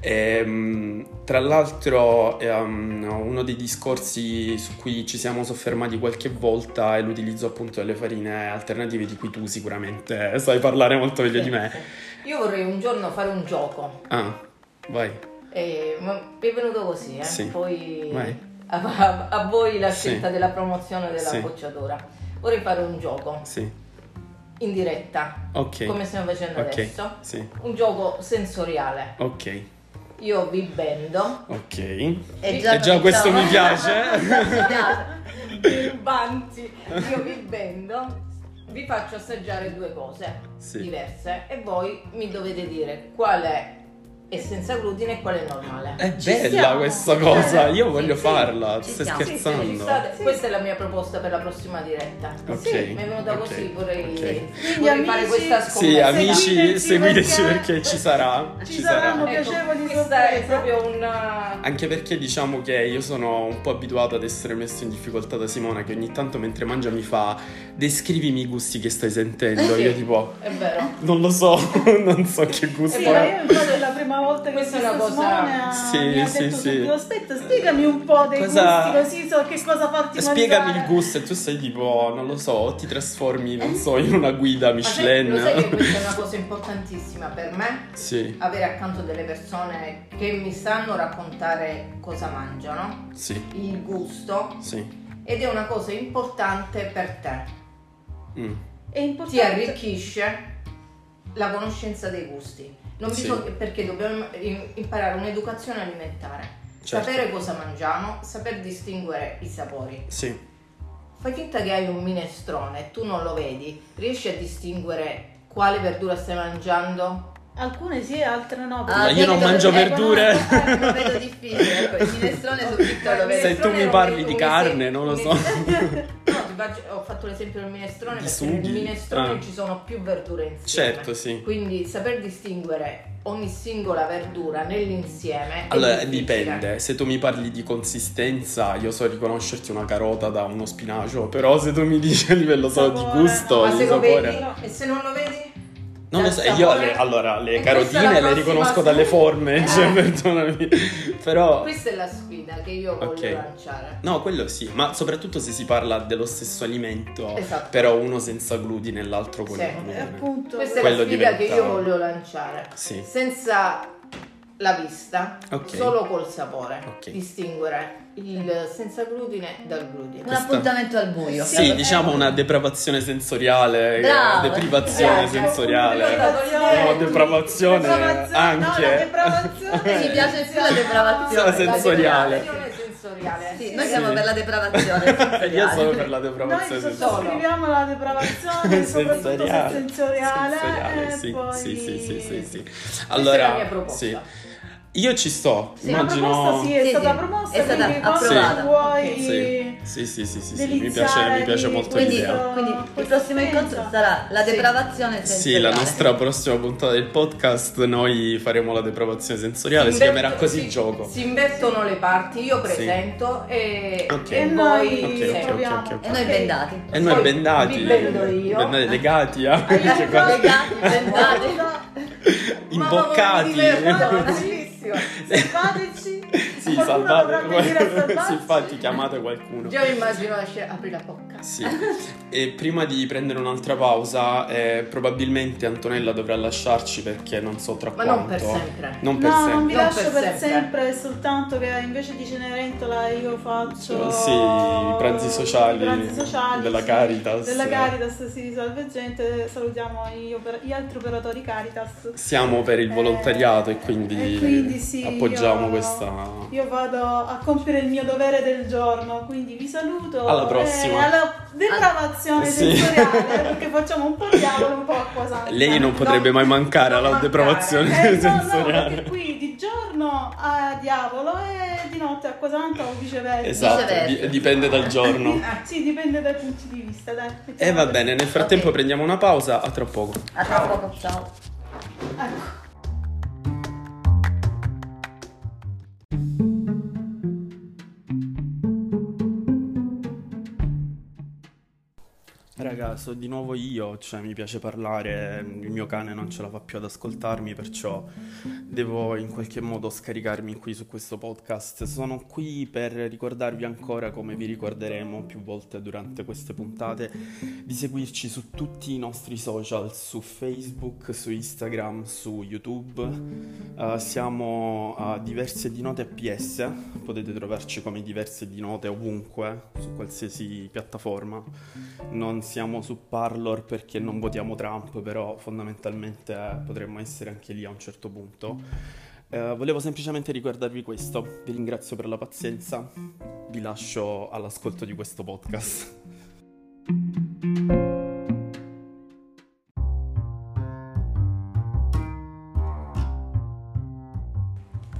[SPEAKER 1] Ehm, tra l'altro, ehm, uno dei discorsi su cui ci siamo soffermati qualche volta è l'utilizzo appunto delle farine alternative, di cui tu sicuramente [laughs] sai parlare molto meglio di me.
[SPEAKER 2] Io vorrei un giorno fare un gioco.
[SPEAKER 1] Ah, vai.
[SPEAKER 2] Eh, ma è venuto così, eh?
[SPEAKER 1] Sì.
[SPEAKER 2] Poi
[SPEAKER 1] Vai.
[SPEAKER 2] a, a- a voi la
[SPEAKER 1] Sì.
[SPEAKER 2] scelta della promozione della
[SPEAKER 1] Sì.
[SPEAKER 2] bocciatura. Vorrei fare un gioco
[SPEAKER 1] Sì,
[SPEAKER 2] in diretta,
[SPEAKER 1] ok.
[SPEAKER 2] come stiamo facendo
[SPEAKER 1] Ok,
[SPEAKER 2] adesso.
[SPEAKER 1] sì.
[SPEAKER 2] Un gioco sensoriale.
[SPEAKER 1] Ok,
[SPEAKER 2] Io vi
[SPEAKER 1] [laughs]
[SPEAKER 2] bendo,
[SPEAKER 1] ok.
[SPEAKER 4] E
[SPEAKER 1] E già questo mi
[SPEAKER 4] [laughs]
[SPEAKER 1] piace. [laughs]
[SPEAKER 2] vi rubanti, io vi bendo, vi faccio assaggiare due cose
[SPEAKER 1] Sì.
[SPEAKER 2] diverse e voi mi dovete dire qual è e senza glutine e quale è normale.
[SPEAKER 1] È
[SPEAKER 3] Ci
[SPEAKER 1] bella
[SPEAKER 3] siamo.
[SPEAKER 1] questa cosa, io
[SPEAKER 4] Sì,
[SPEAKER 1] voglio
[SPEAKER 4] sì,
[SPEAKER 1] farla,
[SPEAKER 4] ci
[SPEAKER 1] stai
[SPEAKER 4] siamo.
[SPEAKER 2] Sì, sì, ci
[SPEAKER 1] scherzando?
[SPEAKER 2] state.
[SPEAKER 3] Sì.
[SPEAKER 2] Questa è la mia proposta per la prossima diretta.
[SPEAKER 1] Ok,
[SPEAKER 2] Sì, mi è venuta così,
[SPEAKER 1] ok,
[SPEAKER 2] vorrei,
[SPEAKER 1] ok.
[SPEAKER 2] vorrei
[SPEAKER 3] Quindi,
[SPEAKER 2] fare
[SPEAKER 3] amici,
[SPEAKER 2] questa
[SPEAKER 3] sì,
[SPEAKER 1] eh, Sì,
[SPEAKER 2] scommessa.
[SPEAKER 1] amici, seguiteci
[SPEAKER 3] seguiteci
[SPEAKER 1] perché
[SPEAKER 3] perché
[SPEAKER 1] ci sarà.
[SPEAKER 3] ci
[SPEAKER 1] Ci sarà.
[SPEAKER 3] saranno.
[SPEAKER 2] Ecco,
[SPEAKER 3] Piacevoli
[SPEAKER 2] questa è
[SPEAKER 3] sorprese.
[SPEAKER 2] proprio una...
[SPEAKER 1] Anche perché diciamo che io sono un po' abituato ad essere messo in difficoltà da Simona che ogni tanto mentre mangia mi fa descrivimi i gusti che stai sentendo.
[SPEAKER 2] Eh Sì.
[SPEAKER 1] Io tipo
[SPEAKER 2] È vero.
[SPEAKER 1] non lo so, [laughs] non so che gusto
[SPEAKER 3] Sì,
[SPEAKER 2] Poi-
[SPEAKER 3] ma
[SPEAKER 1] è.
[SPEAKER 3] io infatti è la prima volta che
[SPEAKER 2] Questa è una
[SPEAKER 3] questo
[SPEAKER 2] cosa-
[SPEAKER 3] Simone ha-
[SPEAKER 1] Sì,
[SPEAKER 3] mi ha
[SPEAKER 1] sì,
[SPEAKER 3] detto
[SPEAKER 1] sì.
[SPEAKER 3] subito, aspetta, spiegami un po' dei
[SPEAKER 1] Cosa-
[SPEAKER 3] gusti così so che cosa farti
[SPEAKER 1] Spiegami il
[SPEAKER 3] mangiare."
[SPEAKER 1] gusto e tu sei tipo, non lo so, o ti trasformi, non so, in una guida
[SPEAKER 2] Ma sai- lo sai che
[SPEAKER 1] Michelin.
[SPEAKER 2] questa è una cosa importantissima per me?
[SPEAKER 1] [laughs] Sì,
[SPEAKER 2] Avere accanto delle persone che mi sanno raccontare cosa mangiano,
[SPEAKER 1] sì,
[SPEAKER 2] il gusto,
[SPEAKER 1] sì.
[SPEAKER 2] ed è una cosa importante per te.
[SPEAKER 1] Mm.
[SPEAKER 3] È
[SPEAKER 2] Ti
[SPEAKER 3] importante.
[SPEAKER 2] arricchisce la conoscenza dei gusti. Non
[SPEAKER 1] Sì.
[SPEAKER 2] bisogna- perché dobbiamo im- imparare un'educazione alimentare.
[SPEAKER 1] Certo.
[SPEAKER 2] Sapere cosa mangiamo, saper distinguere i sapori.
[SPEAKER 1] Sì,
[SPEAKER 2] Fai finta che hai un minestrone, tu non lo vedi, riesci a distinguere quale verdura stai mangiando?
[SPEAKER 3] Alcune sì, altre no.
[SPEAKER 4] Ah,
[SPEAKER 1] Ma
[SPEAKER 3] perché-
[SPEAKER 1] io non
[SPEAKER 4] ecco,
[SPEAKER 1] mangio
[SPEAKER 4] ecco,
[SPEAKER 1] verdure.
[SPEAKER 4] no, eh, [laughs] Lo vedo difficile, ecco, il minestrone su TikTok lo vedo.
[SPEAKER 1] Se tu mi parli di carne, non lo
[SPEAKER 2] [laughs]
[SPEAKER 1] so.
[SPEAKER 2] No, ti faccio- ho fatto l'esempio del minestrone
[SPEAKER 1] Di
[SPEAKER 2] perché
[SPEAKER 1] sughi.
[SPEAKER 2] nel minestrone
[SPEAKER 1] Ah.
[SPEAKER 2] ci sono più verdure insieme.
[SPEAKER 1] certo, sì.
[SPEAKER 2] Quindi saper distinguere ogni singola verdura nell'insieme. è
[SPEAKER 1] Allora,
[SPEAKER 2] difficile.
[SPEAKER 1] dipende, se tu mi parli di consistenza, io so riconoscerti una carota da uno spinacio, però se tu mi dici a livello solo di
[SPEAKER 3] Sapore,
[SPEAKER 1] gusto,
[SPEAKER 2] Ma
[SPEAKER 1] di
[SPEAKER 2] se lo
[SPEAKER 1] sapore...
[SPEAKER 2] vedi? E se non lo vedi?
[SPEAKER 1] Non lo
[SPEAKER 2] dal
[SPEAKER 1] so,
[SPEAKER 2] sapore-
[SPEAKER 1] io le- allora le
[SPEAKER 2] E questa è la
[SPEAKER 1] carotine le
[SPEAKER 2] prossima
[SPEAKER 1] riconosco
[SPEAKER 2] sfida.
[SPEAKER 1] dalle forme, [laughs]
[SPEAKER 2] Eh.
[SPEAKER 1] cioè perdonami, però...
[SPEAKER 2] Questa è la sfida che io voglio
[SPEAKER 1] Ok.
[SPEAKER 2] lanciare.
[SPEAKER 1] No, quello sì, ma soprattutto se si parla dello stesso alimento,
[SPEAKER 2] Esatto.
[SPEAKER 1] però uno senza glutine e l'altro con
[SPEAKER 2] Sì.
[SPEAKER 1] il glutine.
[SPEAKER 3] eh, appunto.
[SPEAKER 2] Questa è
[SPEAKER 1] Quello
[SPEAKER 2] la sfida
[SPEAKER 1] diventa-
[SPEAKER 2] che io voglio lanciare.
[SPEAKER 1] Sì,
[SPEAKER 2] Senza la vista,
[SPEAKER 1] Ok.
[SPEAKER 2] solo col sapore.
[SPEAKER 1] Ok.
[SPEAKER 2] Distinguere il senza glutine dal glutine.
[SPEAKER 4] Un appuntamento al buio.
[SPEAKER 1] sì,
[SPEAKER 3] Sì,
[SPEAKER 1] diciamo
[SPEAKER 3] eh.
[SPEAKER 1] una depravazione sensoriale, eh,
[SPEAKER 4] Bravo.
[SPEAKER 1] deprivazione
[SPEAKER 2] Eh,
[SPEAKER 1] sensoriale.
[SPEAKER 2] appunto,
[SPEAKER 1] No, depravazione anche.
[SPEAKER 3] No, la depravazione.
[SPEAKER 4] Mi piace più la
[SPEAKER 1] Sì,
[SPEAKER 4] depravazione.
[SPEAKER 1] sì. sensoriale.
[SPEAKER 2] La depravazione sensoriale.
[SPEAKER 4] Sì, noi
[SPEAKER 1] Sì.
[SPEAKER 4] siamo per la depravazione.
[SPEAKER 1] [laughs] Io sono
[SPEAKER 4] sensoriale.
[SPEAKER 1] per la
[SPEAKER 3] Noi
[SPEAKER 1] depravazione sensoriale.
[SPEAKER 3] sottoscriviamo
[SPEAKER 1] [laughs]
[SPEAKER 3] la depravazione, soprattutto
[SPEAKER 1] Sensoriale.
[SPEAKER 3] se sensoriale.
[SPEAKER 1] Sensoriale,
[SPEAKER 3] e
[SPEAKER 1] sì,
[SPEAKER 3] poi-
[SPEAKER 1] sì, sì, sì, sì, sì.
[SPEAKER 2] Questa è
[SPEAKER 1] Allora,
[SPEAKER 2] la mia proposta.
[SPEAKER 1] sì. io ci sto,
[SPEAKER 3] Sì, la
[SPEAKER 1] immagino...
[SPEAKER 3] proposta sì, è
[SPEAKER 4] Sì,
[SPEAKER 3] stata
[SPEAKER 4] sì,
[SPEAKER 3] proposta,
[SPEAKER 4] è stata
[SPEAKER 3] quindi cosa
[SPEAKER 1] approvata.
[SPEAKER 3] vuoi...
[SPEAKER 1] Sì, sì, sì, sì, sì, sì, mi piace,
[SPEAKER 3] deliziare
[SPEAKER 1] mi piace
[SPEAKER 3] di-
[SPEAKER 1] molto
[SPEAKER 4] Quindi,
[SPEAKER 1] Cioè, l'idea.
[SPEAKER 4] quindi il
[SPEAKER 3] Questa
[SPEAKER 4] prossimo incontro
[SPEAKER 3] esperienza.
[SPEAKER 4] sarà la
[SPEAKER 2] Sì.
[SPEAKER 4] depravazione
[SPEAKER 1] Sì,
[SPEAKER 4] sensoriale.
[SPEAKER 1] la nostra prossima puntata del podcast noi faremo la depravazione sensoriale, si
[SPEAKER 2] Inverto-
[SPEAKER 1] chiamerà così
[SPEAKER 2] si-
[SPEAKER 1] il gioco.
[SPEAKER 2] Si invertono le parti, io
[SPEAKER 1] Sì.
[SPEAKER 2] presento e,
[SPEAKER 1] Ok.
[SPEAKER 3] E
[SPEAKER 2] e
[SPEAKER 3] noi
[SPEAKER 2] voi
[SPEAKER 1] ok, ok,
[SPEAKER 3] proviamo.
[SPEAKER 1] ok, ok.
[SPEAKER 4] E noi bendati.
[SPEAKER 1] E noi
[SPEAKER 2] Poi
[SPEAKER 1] bendati,
[SPEAKER 2] vi vendo io.
[SPEAKER 1] bendati legati, eh?
[SPEAKER 2] [laughs]
[SPEAKER 1] Che
[SPEAKER 3] Aiuto.
[SPEAKER 1] cosa- [laughs]
[SPEAKER 4] Bendati, bendati.
[SPEAKER 1] imboccati.
[SPEAKER 2] [laughs]
[SPEAKER 3] Salvateci.
[SPEAKER 1] [laughs] Sì,
[SPEAKER 3] Qualcuno
[SPEAKER 1] salvate,
[SPEAKER 3] dovrà venire a
[SPEAKER 1] [laughs]
[SPEAKER 3] salvarci.
[SPEAKER 1] sì, infatti chiamate qualcuno.
[SPEAKER 2] Già mi immagino esce- apri la bocca.
[SPEAKER 1] Sì, e prima di prendere un'altra pausa, eh, probabilmente Antonella dovrà lasciarci perché non so tra
[SPEAKER 2] Ma
[SPEAKER 1] quanto.
[SPEAKER 2] non per sempre.
[SPEAKER 1] Non per
[SPEAKER 3] No, non
[SPEAKER 1] sempre.
[SPEAKER 3] vi
[SPEAKER 2] Non
[SPEAKER 3] lascio
[SPEAKER 2] per
[SPEAKER 3] per sempre.
[SPEAKER 2] sempre.
[SPEAKER 3] è soltanto che invece di Cenerentola io faccio...
[SPEAKER 1] Sì, i pranzi sociali
[SPEAKER 3] i pranzi sociali,
[SPEAKER 1] della
[SPEAKER 3] sì,
[SPEAKER 1] Caritas.
[SPEAKER 3] Della Caritas, sì, salve gente, salutiamo gli, oper- gli altri operatori Caritas.
[SPEAKER 1] Siamo per il volontariato e
[SPEAKER 3] Eh,
[SPEAKER 1] quindi,
[SPEAKER 3] e quindi sì,
[SPEAKER 1] appoggiamo
[SPEAKER 3] io-
[SPEAKER 1] questa.
[SPEAKER 3] Io vado a compiere il mio dovere del giorno, quindi vi saluto.
[SPEAKER 1] Alla
[SPEAKER 3] e
[SPEAKER 1] prossima.
[SPEAKER 3] alla depravazione
[SPEAKER 1] Ah, sì. [laughs]
[SPEAKER 3] sensoriale, perché facciamo un po' diavolo, un po' acqua santa.
[SPEAKER 1] Lei non potrebbe
[SPEAKER 2] no,
[SPEAKER 1] mai mancare
[SPEAKER 2] non
[SPEAKER 1] alla
[SPEAKER 2] mancare.
[SPEAKER 1] depravazione
[SPEAKER 3] Eh, no, no,
[SPEAKER 1] sensoriale.
[SPEAKER 3] perché qui di giorno a diavolo e di notte acqua santa o viceversa.
[SPEAKER 1] Esatto,
[SPEAKER 4] Viceversa.
[SPEAKER 1] di- dipende dal
[SPEAKER 3] [laughs]
[SPEAKER 1] giorno.
[SPEAKER 3] Ah, sì, dipende dai punti di vista, dai. Diciamo,
[SPEAKER 1] E va bene, nel frattempo
[SPEAKER 4] Ok.
[SPEAKER 1] prendiamo una pausa, a tra poco.
[SPEAKER 4] A tra poco, ciao.
[SPEAKER 3] Ecco.
[SPEAKER 1] Raga, sono di nuovo io, cioè mi piace parlare, il mio cane non ce la fa più ad ascoltarmi, perciò devo in qualche modo scaricarmi qui su questo podcast. Sono qui per ricordarvi ancora, come vi ricorderemo più volte durante queste puntate, di seguirci su tutti i nostri social, su Facebook, su Instagram, su YouTube. Eh, siamo a Diverse di Note PS, potete trovarci come Diverse di Note ovunque, su qualsiasi piattaforma. Non siamo su Parlor perché non votiamo Trump, però fondamentalmente eh, potremmo essere anche lì a un certo punto. Eh, volevo semplicemente ricordarvi questo, vi ringrazio per la pazienza, vi lascio all'ascolto di questo podcast.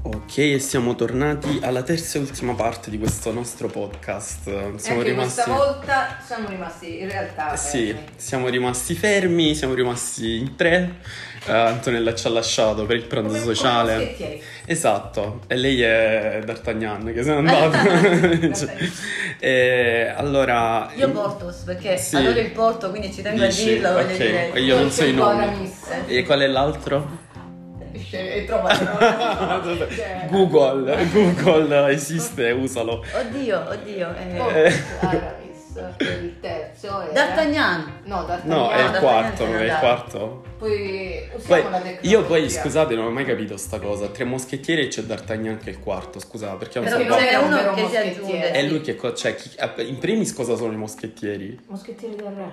[SPEAKER 1] Ok, e siamo tornati alla terza e ultima parte di questo nostro podcast.
[SPEAKER 2] E
[SPEAKER 1] Siamo
[SPEAKER 2] anche
[SPEAKER 1] rimasti. Eh
[SPEAKER 2] questa volta siamo rimasti in realtà.
[SPEAKER 1] Sì,
[SPEAKER 2] fermi.
[SPEAKER 1] siamo rimasti fermi, siamo rimasti in tre. Eh, Antonella ci ha lasciato per il pranzo
[SPEAKER 2] Come- come
[SPEAKER 1] sociale.
[SPEAKER 2] moschettieri.
[SPEAKER 1] Esatto, e lei è D'Artagnan che se
[SPEAKER 4] [laughs]
[SPEAKER 1] n'è andato. Cioè, eh, allora,
[SPEAKER 4] Io Portos, perché
[SPEAKER 1] Sì.
[SPEAKER 4] adoro il Porto, quindi ci tengo
[SPEAKER 1] Dici?
[SPEAKER 4] a dirlo, voglio
[SPEAKER 1] Ok,
[SPEAKER 4] dire.
[SPEAKER 1] io non so i nomi.
[SPEAKER 2] Ancora misse.
[SPEAKER 1] E qual è l'altro?
[SPEAKER 2] E
[SPEAKER 1] [laughs]
[SPEAKER 2] trova Cioè,
[SPEAKER 1] Google, Google esiste, usalo.
[SPEAKER 4] Oddio, oddio. eh.
[SPEAKER 2] Oh,
[SPEAKER 1] Eh.
[SPEAKER 2] Aramis, il terzo era...
[SPEAKER 4] D'Artagnan.
[SPEAKER 2] No, D'Artagnan.
[SPEAKER 1] No, è il
[SPEAKER 4] D'Artagnan
[SPEAKER 1] quarto,
[SPEAKER 4] se n'è
[SPEAKER 1] è il
[SPEAKER 4] andato.
[SPEAKER 1] quarto.
[SPEAKER 2] Poi usiamo
[SPEAKER 1] Poi-
[SPEAKER 2] la tecnologia.
[SPEAKER 1] io poi, scusate, non ho mai capito sta cosa. Tre moschettieri e c'è D'Artagnan che è il quarto, scusate, perché non
[SPEAKER 4] Però
[SPEAKER 2] Perché
[SPEAKER 1] so.
[SPEAKER 2] non
[SPEAKER 4] c'è
[SPEAKER 2] è un
[SPEAKER 4] uno
[SPEAKER 2] vero
[SPEAKER 4] che si
[SPEAKER 2] moschettiere.
[SPEAKER 4] aggiunge.
[SPEAKER 1] È lui che co- cioè, chi- eh, in primis cosa sono i moschettieri?
[SPEAKER 2] Moschettieri del re. Erano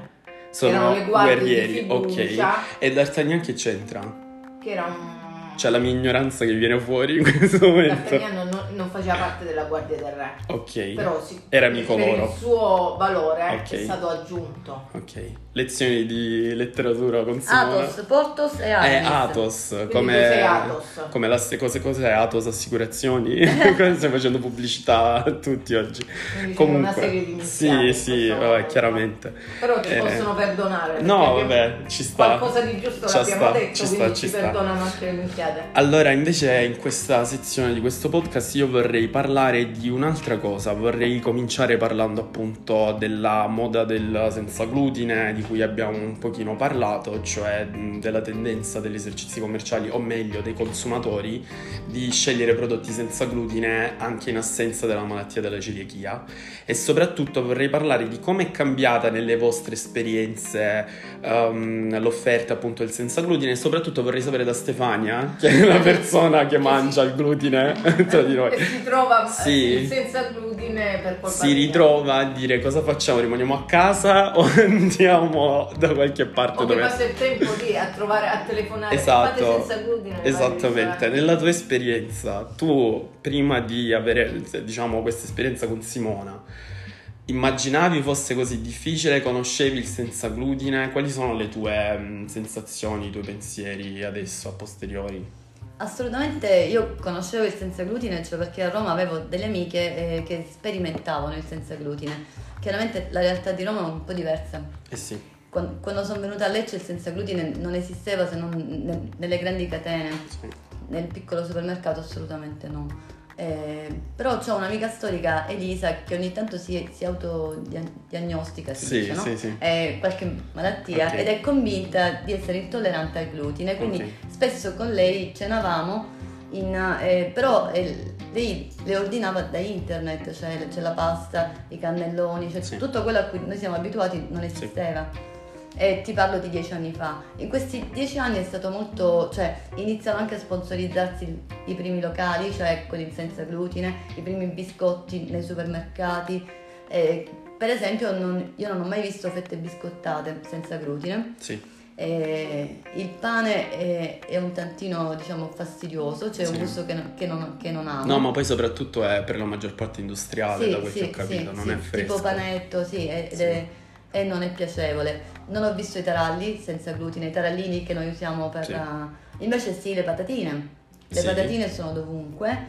[SPEAKER 1] Sono
[SPEAKER 2] le guardie
[SPEAKER 1] guerrieri,
[SPEAKER 2] di
[SPEAKER 1] ok.
[SPEAKER 2] fiducia,
[SPEAKER 1] E D'Artagnan che c'entra?
[SPEAKER 2] Che era un...
[SPEAKER 1] C'è la mia ignoranza che viene fuori in questo momento.
[SPEAKER 2] D'Artagnan non, non faceva parte della guardia del re.
[SPEAKER 1] Ok.
[SPEAKER 2] Però sì,
[SPEAKER 1] Era amico
[SPEAKER 2] per
[SPEAKER 1] loro.
[SPEAKER 2] il suo valore
[SPEAKER 1] Ok.
[SPEAKER 2] è stato aggiunto.
[SPEAKER 1] Ok. Lezioni di letteratura con Simona.
[SPEAKER 4] Atos, Portos e
[SPEAKER 1] È
[SPEAKER 4] Aramis.
[SPEAKER 1] Atos,
[SPEAKER 2] Quindi tu sei
[SPEAKER 1] come
[SPEAKER 2] Athos.
[SPEAKER 1] come la ste cose cos'è Atos
[SPEAKER 2] [laughs]
[SPEAKER 1] Assicurazioni? Stiamo facendo pubblicità a tutti oggi.
[SPEAKER 2] Quindi c'è
[SPEAKER 1] Comunque,
[SPEAKER 2] una serie di iniziali
[SPEAKER 1] sì,
[SPEAKER 2] in
[SPEAKER 1] sì,
[SPEAKER 2] questo
[SPEAKER 1] vabbè,
[SPEAKER 2] modo.
[SPEAKER 1] chiaramente.
[SPEAKER 2] Però ti
[SPEAKER 1] Eh,
[SPEAKER 2] possono perdonare. perché
[SPEAKER 1] No,
[SPEAKER 2] abbiamo-
[SPEAKER 1] vabbè, ci sta.
[SPEAKER 2] Qualcosa di giusto
[SPEAKER 1] Ci
[SPEAKER 2] l'abbiamo
[SPEAKER 1] sta,
[SPEAKER 2] detto,
[SPEAKER 1] ci sta,
[SPEAKER 2] quindi
[SPEAKER 1] ci
[SPEAKER 2] ci
[SPEAKER 1] sta.
[SPEAKER 2] perdonano anche le minchiate.
[SPEAKER 1] Allora, invece, in questa sezione di questo podcast io vorrei parlare di un'altra cosa. Vorrei cominciare parlando appunto della moda del senza glutine, di cui abbiamo un pochino parlato, cioè mh, della tendenza degli esercizi commerciali, o meglio, dei consumatori, di scegliere prodotti senza glutine anche in assenza della malattia della celiachia. E soprattutto vorrei parlare di come è cambiata nelle vostre esperienze ehm, l'offerta appunto del senza glutine e soprattutto vorrei sapere da Stefania, che è la persona che mangia il glutine [laughs] tra di
[SPEAKER 2] E
[SPEAKER 1] noi.
[SPEAKER 2] si trova eh,
[SPEAKER 1] Sì.
[SPEAKER 2] senza glutine per colpa
[SPEAKER 1] Si
[SPEAKER 2] mia.
[SPEAKER 1] ritrova a dire cosa facciamo, rimaniamo a casa o [laughs] andiamo da qualche parte
[SPEAKER 2] O che
[SPEAKER 1] dove...
[SPEAKER 2] passa il tempo lì a trovare, a telefonare.
[SPEAKER 1] Esatto.
[SPEAKER 2] Fate senza glutine. vai,
[SPEAKER 1] Esattamente,
[SPEAKER 2] vai.
[SPEAKER 1] nella tua esperienza, tu prima di avere diciamo questa esperienza con Simona, immaginavi fosse così difficile, conoscevi il senza glutine, quali sono le tue mm, sensazioni, i tuoi pensieri adesso a posteriori?
[SPEAKER 4] Assolutamente, io conoscevo il senza glutine, cioè perché a Roma avevo delle amiche eh, che sperimentavano il senza glutine. Chiaramente la realtà di Roma è un po' diversa.
[SPEAKER 1] Eh sì,
[SPEAKER 4] Quan- Quando sono venuta a Lecce il senza glutine non esisteva se non ne- nelle grandi catene,
[SPEAKER 1] sì.
[SPEAKER 4] nel piccolo supermercato assolutamente no. Eh, però ho un'amica storica, Elisa, che ogni tanto si, si autodiagnostica, si
[SPEAKER 1] Sì,
[SPEAKER 4] dice, no?
[SPEAKER 1] sì, sì.
[SPEAKER 4] Eh, qualche malattia
[SPEAKER 1] Ok.
[SPEAKER 4] ed è convinta di essere intollerante al glutine, quindi
[SPEAKER 1] Ok.
[SPEAKER 4] spesso con lei cenavamo, in, eh, però eh, lei le ordinava da internet, cioè c'è la pasta, i cannelloni, cioè
[SPEAKER 1] Sì.
[SPEAKER 4] tutto quello a cui noi siamo abituati non esisteva. E ti parlo di dieci anni fa. In questi dieci anni è stato molto, cioè iniziano anche a sponsorizzarsi il- i primi locali, cioè quelli senza glutine, i primi biscotti nei supermercati. Eh, per esempio non- io non ho mai visto fette biscottate senza glutine.
[SPEAKER 1] sì.
[SPEAKER 4] Eh, il pane è, è un tantino diciamo fastidioso, c'è
[SPEAKER 1] Sì.
[SPEAKER 4] un gusto che, Ah, no- che non, che non amo.
[SPEAKER 1] No, ma poi soprattutto è per la maggior parte industriale, da quel che ho capito, non
[SPEAKER 4] sì,
[SPEAKER 1] è fresco.
[SPEAKER 4] Tipo panetto, sì, è- ed
[SPEAKER 1] Sì.
[SPEAKER 4] è- e non è piacevole. Non ho visto i taralli senza glutine, i tarallini che noi usiamo per...
[SPEAKER 1] Sì.
[SPEAKER 4] la- Invece sì, le patatine. Le
[SPEAKER 1] Sì.
[SPEAKER 4] patatine sono dovunque.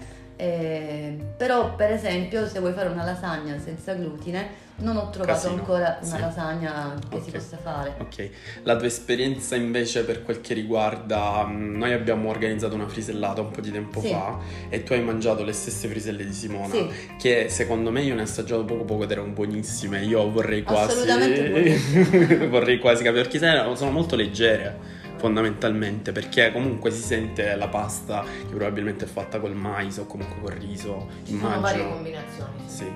[SPEAKER 4] eh, però per esempio se vuoi fare una lasagna senza glutine non ho trovato
[SPEAKER 1] Casino.
[SPEAKER 4] ancora una
[SPEAKER 1] Sì.
[SPEAKER 4] lasagna che si
[SPEAKER 1] Ok.
[SPEAKER 4] possa fare.
[SPEAKER 1] Ok, la tua esperienza invece per quel che riguarda, mm, noi abbiamo organizzato una frisellata un po' di tempo
[SPEAKER 4] Sì.
[SPEAKER 1] fa e tu hai mangiato le stesse friselle di Simona,
[SPEAKER 4] Sì.
[SPEAKER 1] che secondo me io ne ho assaggiato poco poco ed erano buonissime, io vorrei quasi,
[SPEAKER 4] Assolutamente
[SPEAKER 1] [laughs]
[SPEAKER 4] buonissime.
[SPEAKER 1] vorrei quasi capire, perché sai, sono molto leggere fondamentalmente, perché comunque si sente la pasta che probabilmente è fatta col mais o comunque col riso,
[SPEAKER 2] Ci sono varie
[SPEAKER 1] immagino.
[SPEAKER 2] combinazioni.
[SPEAKER 1] Sì.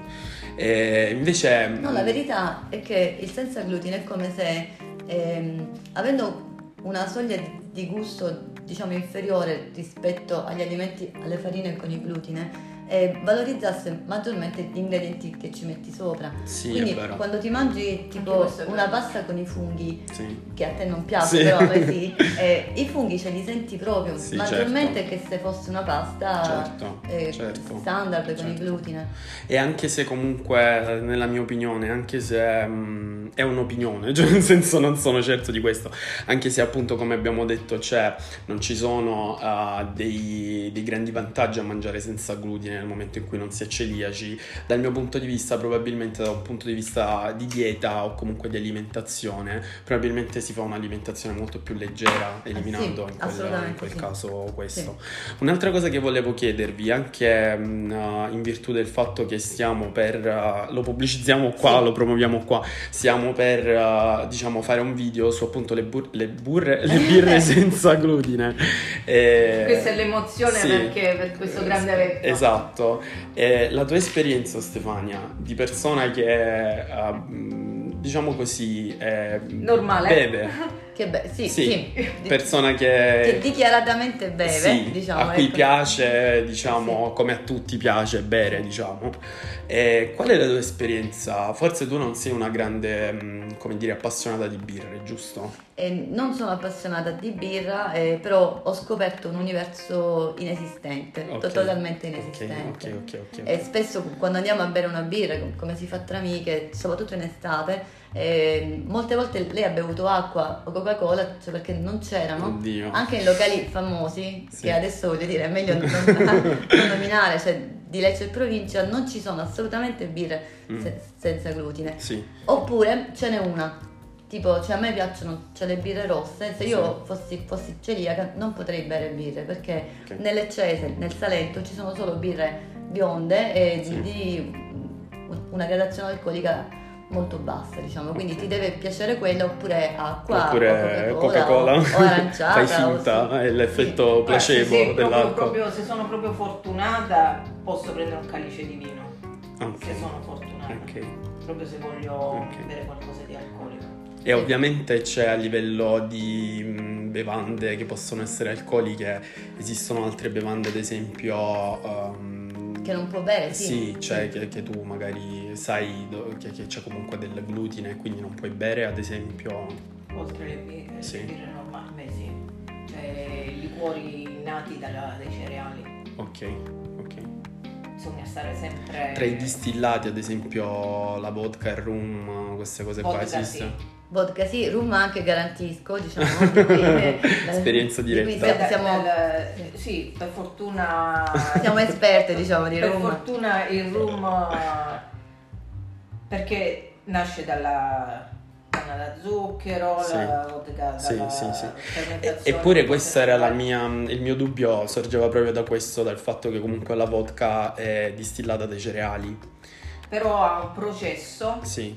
[SPEAKER 1] E invece... mm,
[SPEAKER 4] No, la verità è che il senza glutine è come se ehm, avendo una soglia di di gusto diciamo inferiore rispetto agli alimenti alle farine con il glutine, eh, valorizzasse maggiormente gli ingredienti che ci metti sopra.
[SPEAKER 1] Sì,
[SPEAKER 4] Quindi
[SPEAKER 1] è vero.
[SPEAKER 4] quando ti mangi
[SPEAKER 2] Anche
[SPEAKER 4] tipo
[SPEAKER 2] questo è vero.
[SPEAKER 4] una pasta con i funghi,
[SPEAKER 1] Sì.
[SPEAKER 4] che a te non piace,
[SPEAKER 1] Sì.
[SPEAKER 4] però a me sì, eh, i funghi ce li senti proprio,
[SPEAKER 1] Sì,
[SPEAKER 4] maggiormente che se fosse una pasta
[SPEAKER 1] Certo,
[SPEAKER 4] eh,
[SPEAKER 1] certo.
[SPEAKER 4] standard con il
[SPEAKER 1] Certo.
[SPEAKER 4] glutine.
[SPEAKER 1] E anche se comunque, nella mia opinione, anche se mm, è un'opinione, [laughs] cioè nel senso non sono certo di questo, anche se appunto come abbiamo detto c'è, non ci sono ah, dei, dei grandi vantaggi a mangiare senza glutine nel momento in cui non si è celiaci, dal mio punto di vista probabilmente da un punto di vista di dieta o comunque di alimentazione, probabilmente si fa un'alimentazione molto più leggera eliminando in, quel, in
[SPEAKER 4] Ah, assolutamente
[SPEAKER 1] quel
[SPEAKER 4] sì.
[SPEAKER 1] caso questo. Un'altra cosa che volevo chiedervi, anche mh, uh, in virtù del fatto che stiamo per, uh, lo pubblicizziamo qua,
[SPEAKER 4] Sì.
[SPEAKER 1] lo promuoviamo qua, stiamo per, uh, diciamo, fare un video su appunto le, bur- le burre, le
[SPEAKER 2] [laughs]
[SPEAKER 1] birre senza glutine. E-
[SPEAKER 2] Questa è l'emozione
[SPEAKER 1] Sì.
[SPEAKER 2] perché per questo grande evento.
[SPEAKER 1] Esatto. E la tua esperienza, Stefania, di persona che, uh, mh, diciamo così, è-
[SPEAKER 2] Normale. [laughs]
[SPEAKER 1] beve,
[SPEAKER 4] Che be- sì,
[SPEAKER 1] Sì,
[SPEAKER 4] sì. Di-
[SPEAKER 1] persona
[SPEAKER 4] che dichiaratamente beve,
[SPEAKER 1] Eh, Sì,
[SPEAKER 4] diciamo.
[SPEAKER 1] a cui
[SPEAKER 4] ecco.
[SPEAKER 1] piace, diciamo, come a tutti piace bere, diciamo. E qual è la tua esperienza? Forse tu non sei una grande, mm, come dire, appassionata di birre, giusto?
[SPEAKER 4] E non sono appassionata di birra, eh, però ho scoperto un universo inesistente,
[SPEAKER 1] Ok.
[SPEAKER 4] to- totalmente
[SPEAKER 1] Ok,
[SPEAKER 4] inesistente. Eh,
[SPEAKER 1] Ok, ok, ok.
[SPEAKER 4] E spesso quando andiamo a bere una birra, com- come si fa tra amiche, soprattutto in estate, eh, molte volte lei ha bevuto acqua o Coca-Cola cioè perché non c'erano.
[SPEAKER 1] Oddio.
[SPEAKER 4] Anche in locali famosi,
[SPEAKER 1] Mm, Sì.
[SPEAKER 4] che adesso voglio dire è meglio non, [laughs] non nominare, cioè di Lecce e provincia, non ci sono assolutamente birre
[SPEAKER 1] Mm.
[SPEAKER 4] se- senza glutine.
[SPEAKER 1] Sì,
[SPEAKER 4] Oppure ce n'è una. Tipo, cioè a me piacciono cioè, le birre rosse, se io fossi, fossi celiaca non potrei bere birre perché
[SPEAKER 1] Ok.
[SPEAKER 4] nelle Cese, nel Salento ci sono solo birre bionde e
[SPEAKER 1] Sì.
[SPEAKER 4] di, di una gradazione alcolica molto bassa, diciamo, quindi ti deve piacere quella oppure acqua,
[SPEAKER 1] oppure
[SPEAKER 4] o
[SPEAKER 1] Coca-Cola, [laughs]
[SPEAKER 4] o, o aranciata.
[SPEAKER 1] fai
[SPEAKER 4] o
[SPEAKER 1] finta,
[SPEAKER 4] sì.
[SPEAKER 1] è l'effetto
[SPEAKER 4] Sì.
[SPEAKER 2] Guarda, se
[SPEAKER 1] placebo
[SPEAKER 2] sei proprio-
[SPEAKER 1] dell'alcol.
[SPEAKER 2] proprio- se sono proprio fortunata, posso prendere un calice di vino.
[SPEAKER 1] Ah, Ok,
[SPEAKER 2] Se sono fortunata.
[SPEAKER 1] ok.
[SPEAKER 2] Proprio se voglio
[SPEAKER 1] Ok.
[SPEAKER 2] bere qualcosa di alcolico.
[SPEAKER 1] E ovviamente c'è a livello di mh, bevande che possono essere alcoliche, esistono altre bevande, ad esempio... ehm,
[SPEAKER 4] Che non può bere, sì.
[SPEAKER 1] Sì, cioè che, che tu magari sai do- che, che c'è comunque del glutine, quindi non puoi bere, ad esempio.
[SPEAKER 2] Oltre le birre,
[SPEAKER 1] Sì.
[SPEAKER 2] le birre normali, beh sì. Cioè i liquori nati dalla- dai cereali.
[SPEAKER 1] Ok, ok.
[SPEAKER 2] Bisogna stare sempre...
[SPEAKER 1] Tra i distillati, ad esempio, la vodka, il rum, queste cose qua
[SPEAKER 2] Vodka, sì.
[SPEAKER 1] esistono.
[SPEAKER 4] Vodka sì, rum anche garantisco, diciamo. di cui-
[SPEAKER 1] [laughs] Esperienza
[SPEAKER 4] di cui
[SPEAKER 1] diretta.
[SPEAKER 4] siamo,
[SPEAKER 2] Dal- eh, sì, per fortuna...
[SPEAKER 4] [laughs] siamo esperte, diciamo, di
[SPEAKER 2] per
[SPEAKER 4] rum.
[SPEAKER 2] fortuna il rum eh, perché nasce dalla canna da zucchero,
[SPEAKER 1] Sì.
[SPEAKER 2] la vodka
[SPEAKER 1] Sì,
[SPEAKER 2] dalla
[SPEAKER 1] sì, sì. E-
[SPEAKER 2] fermentazione. Cioè,
[SPEAKER 1] Eppure questo era la mia- il mio dubbio, sorgeva proprio da questo, dal fatto che comunque la vodka è distillata dai cereali.
[SPEAKER 2] Però ha un processo
[SPEAKER 1] Sì,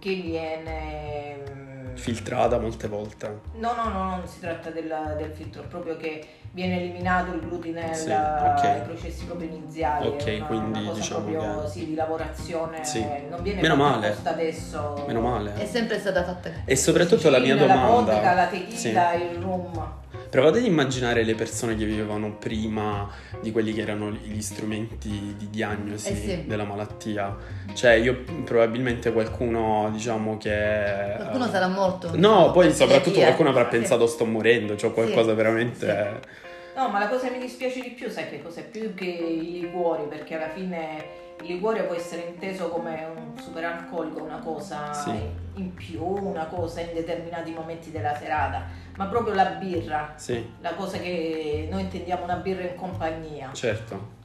[SPEAKER 2] che viene... mm,
[SPEAKER 1] filtrata molte volte.
[SPEAKER 2] No, no, no, non si tratta della- del filtro, è proprio che viene eliminato il glutine
[SPEAKER 1] Sì,
[SPEAKER 2] la-
[SPEAKER 1] ok,
[SPEAKER 2] ai processi proprio iniziali.
[SPEAKER 1] Ok,
[SPEAKER 2] è una,
[SPEAKER 1] quindi
[SPEAKER 2] una cosa
[SPEAKER 1] diciamo
[SPEAKER 2] proprio
[SPEAKER 1] che-
[SPEAKER 2] sì, di lavorazione,
[SPEAKER 1] Sì.
[SPEAKER 2] non viene
[SPEAKER 1] Meno
[SPEAKER 2] fatta
[SPEAKER 1] male.
[SPEAKER 2] apposta adesso.
[SPEAKER 1] Meno
[SPEAKER 4] È
[SPEAKER 1] male.
[SPEAKER 4] sempre stata fatta.
[SPEAKER 1] E soprattutto la mia
[SPEAKER 2] Il gin,
[SPEAKER 1] domanda...
[SPEAKER 2] La vodka, la tequila, il rum.
[SPEAKER 1] Provate ad immaginare le persone che vivevano prima di quelli che erano gli strumenti di diagnosi
[SPEAKER 4] Eh sì.
[SPEAKER 1] della malattia. Cioè, io probabilmente qualcuno, diciamo che.
[SPEAKER 4] Qualcuno
[SPEAKER 1] eh,
[SPEAKER 4] sarà morto.
[SPEAKER 1] No, poi
[SPEAKER 4] Per
[SPEAKER 1] soprattutto
[SPEAKER 4] celiachia.
[SPEAKER 1] qualcuno avrà
[SPEAKER 4] Sì.
[SPEAKER 1] pensato sto morendo, cioè qualcosa veramente.
[SPEAKER 2] No, ma la cosa che mi dispiace di più, sai che cos'è? Più che i liquori, perché alla fine il liquore può essere inteso come un superalcolico, una cosa
[SPEAKER 1] Sì.
[SPEAKER 2] in più, una cosa in determinati momenti della serata, ma proprio la birra,
[SPEAKER 1] Sì,
[SPEAKER 2] la cosa che noi intendiamo una birra in compagnia.
[SPEAKER 1] certo,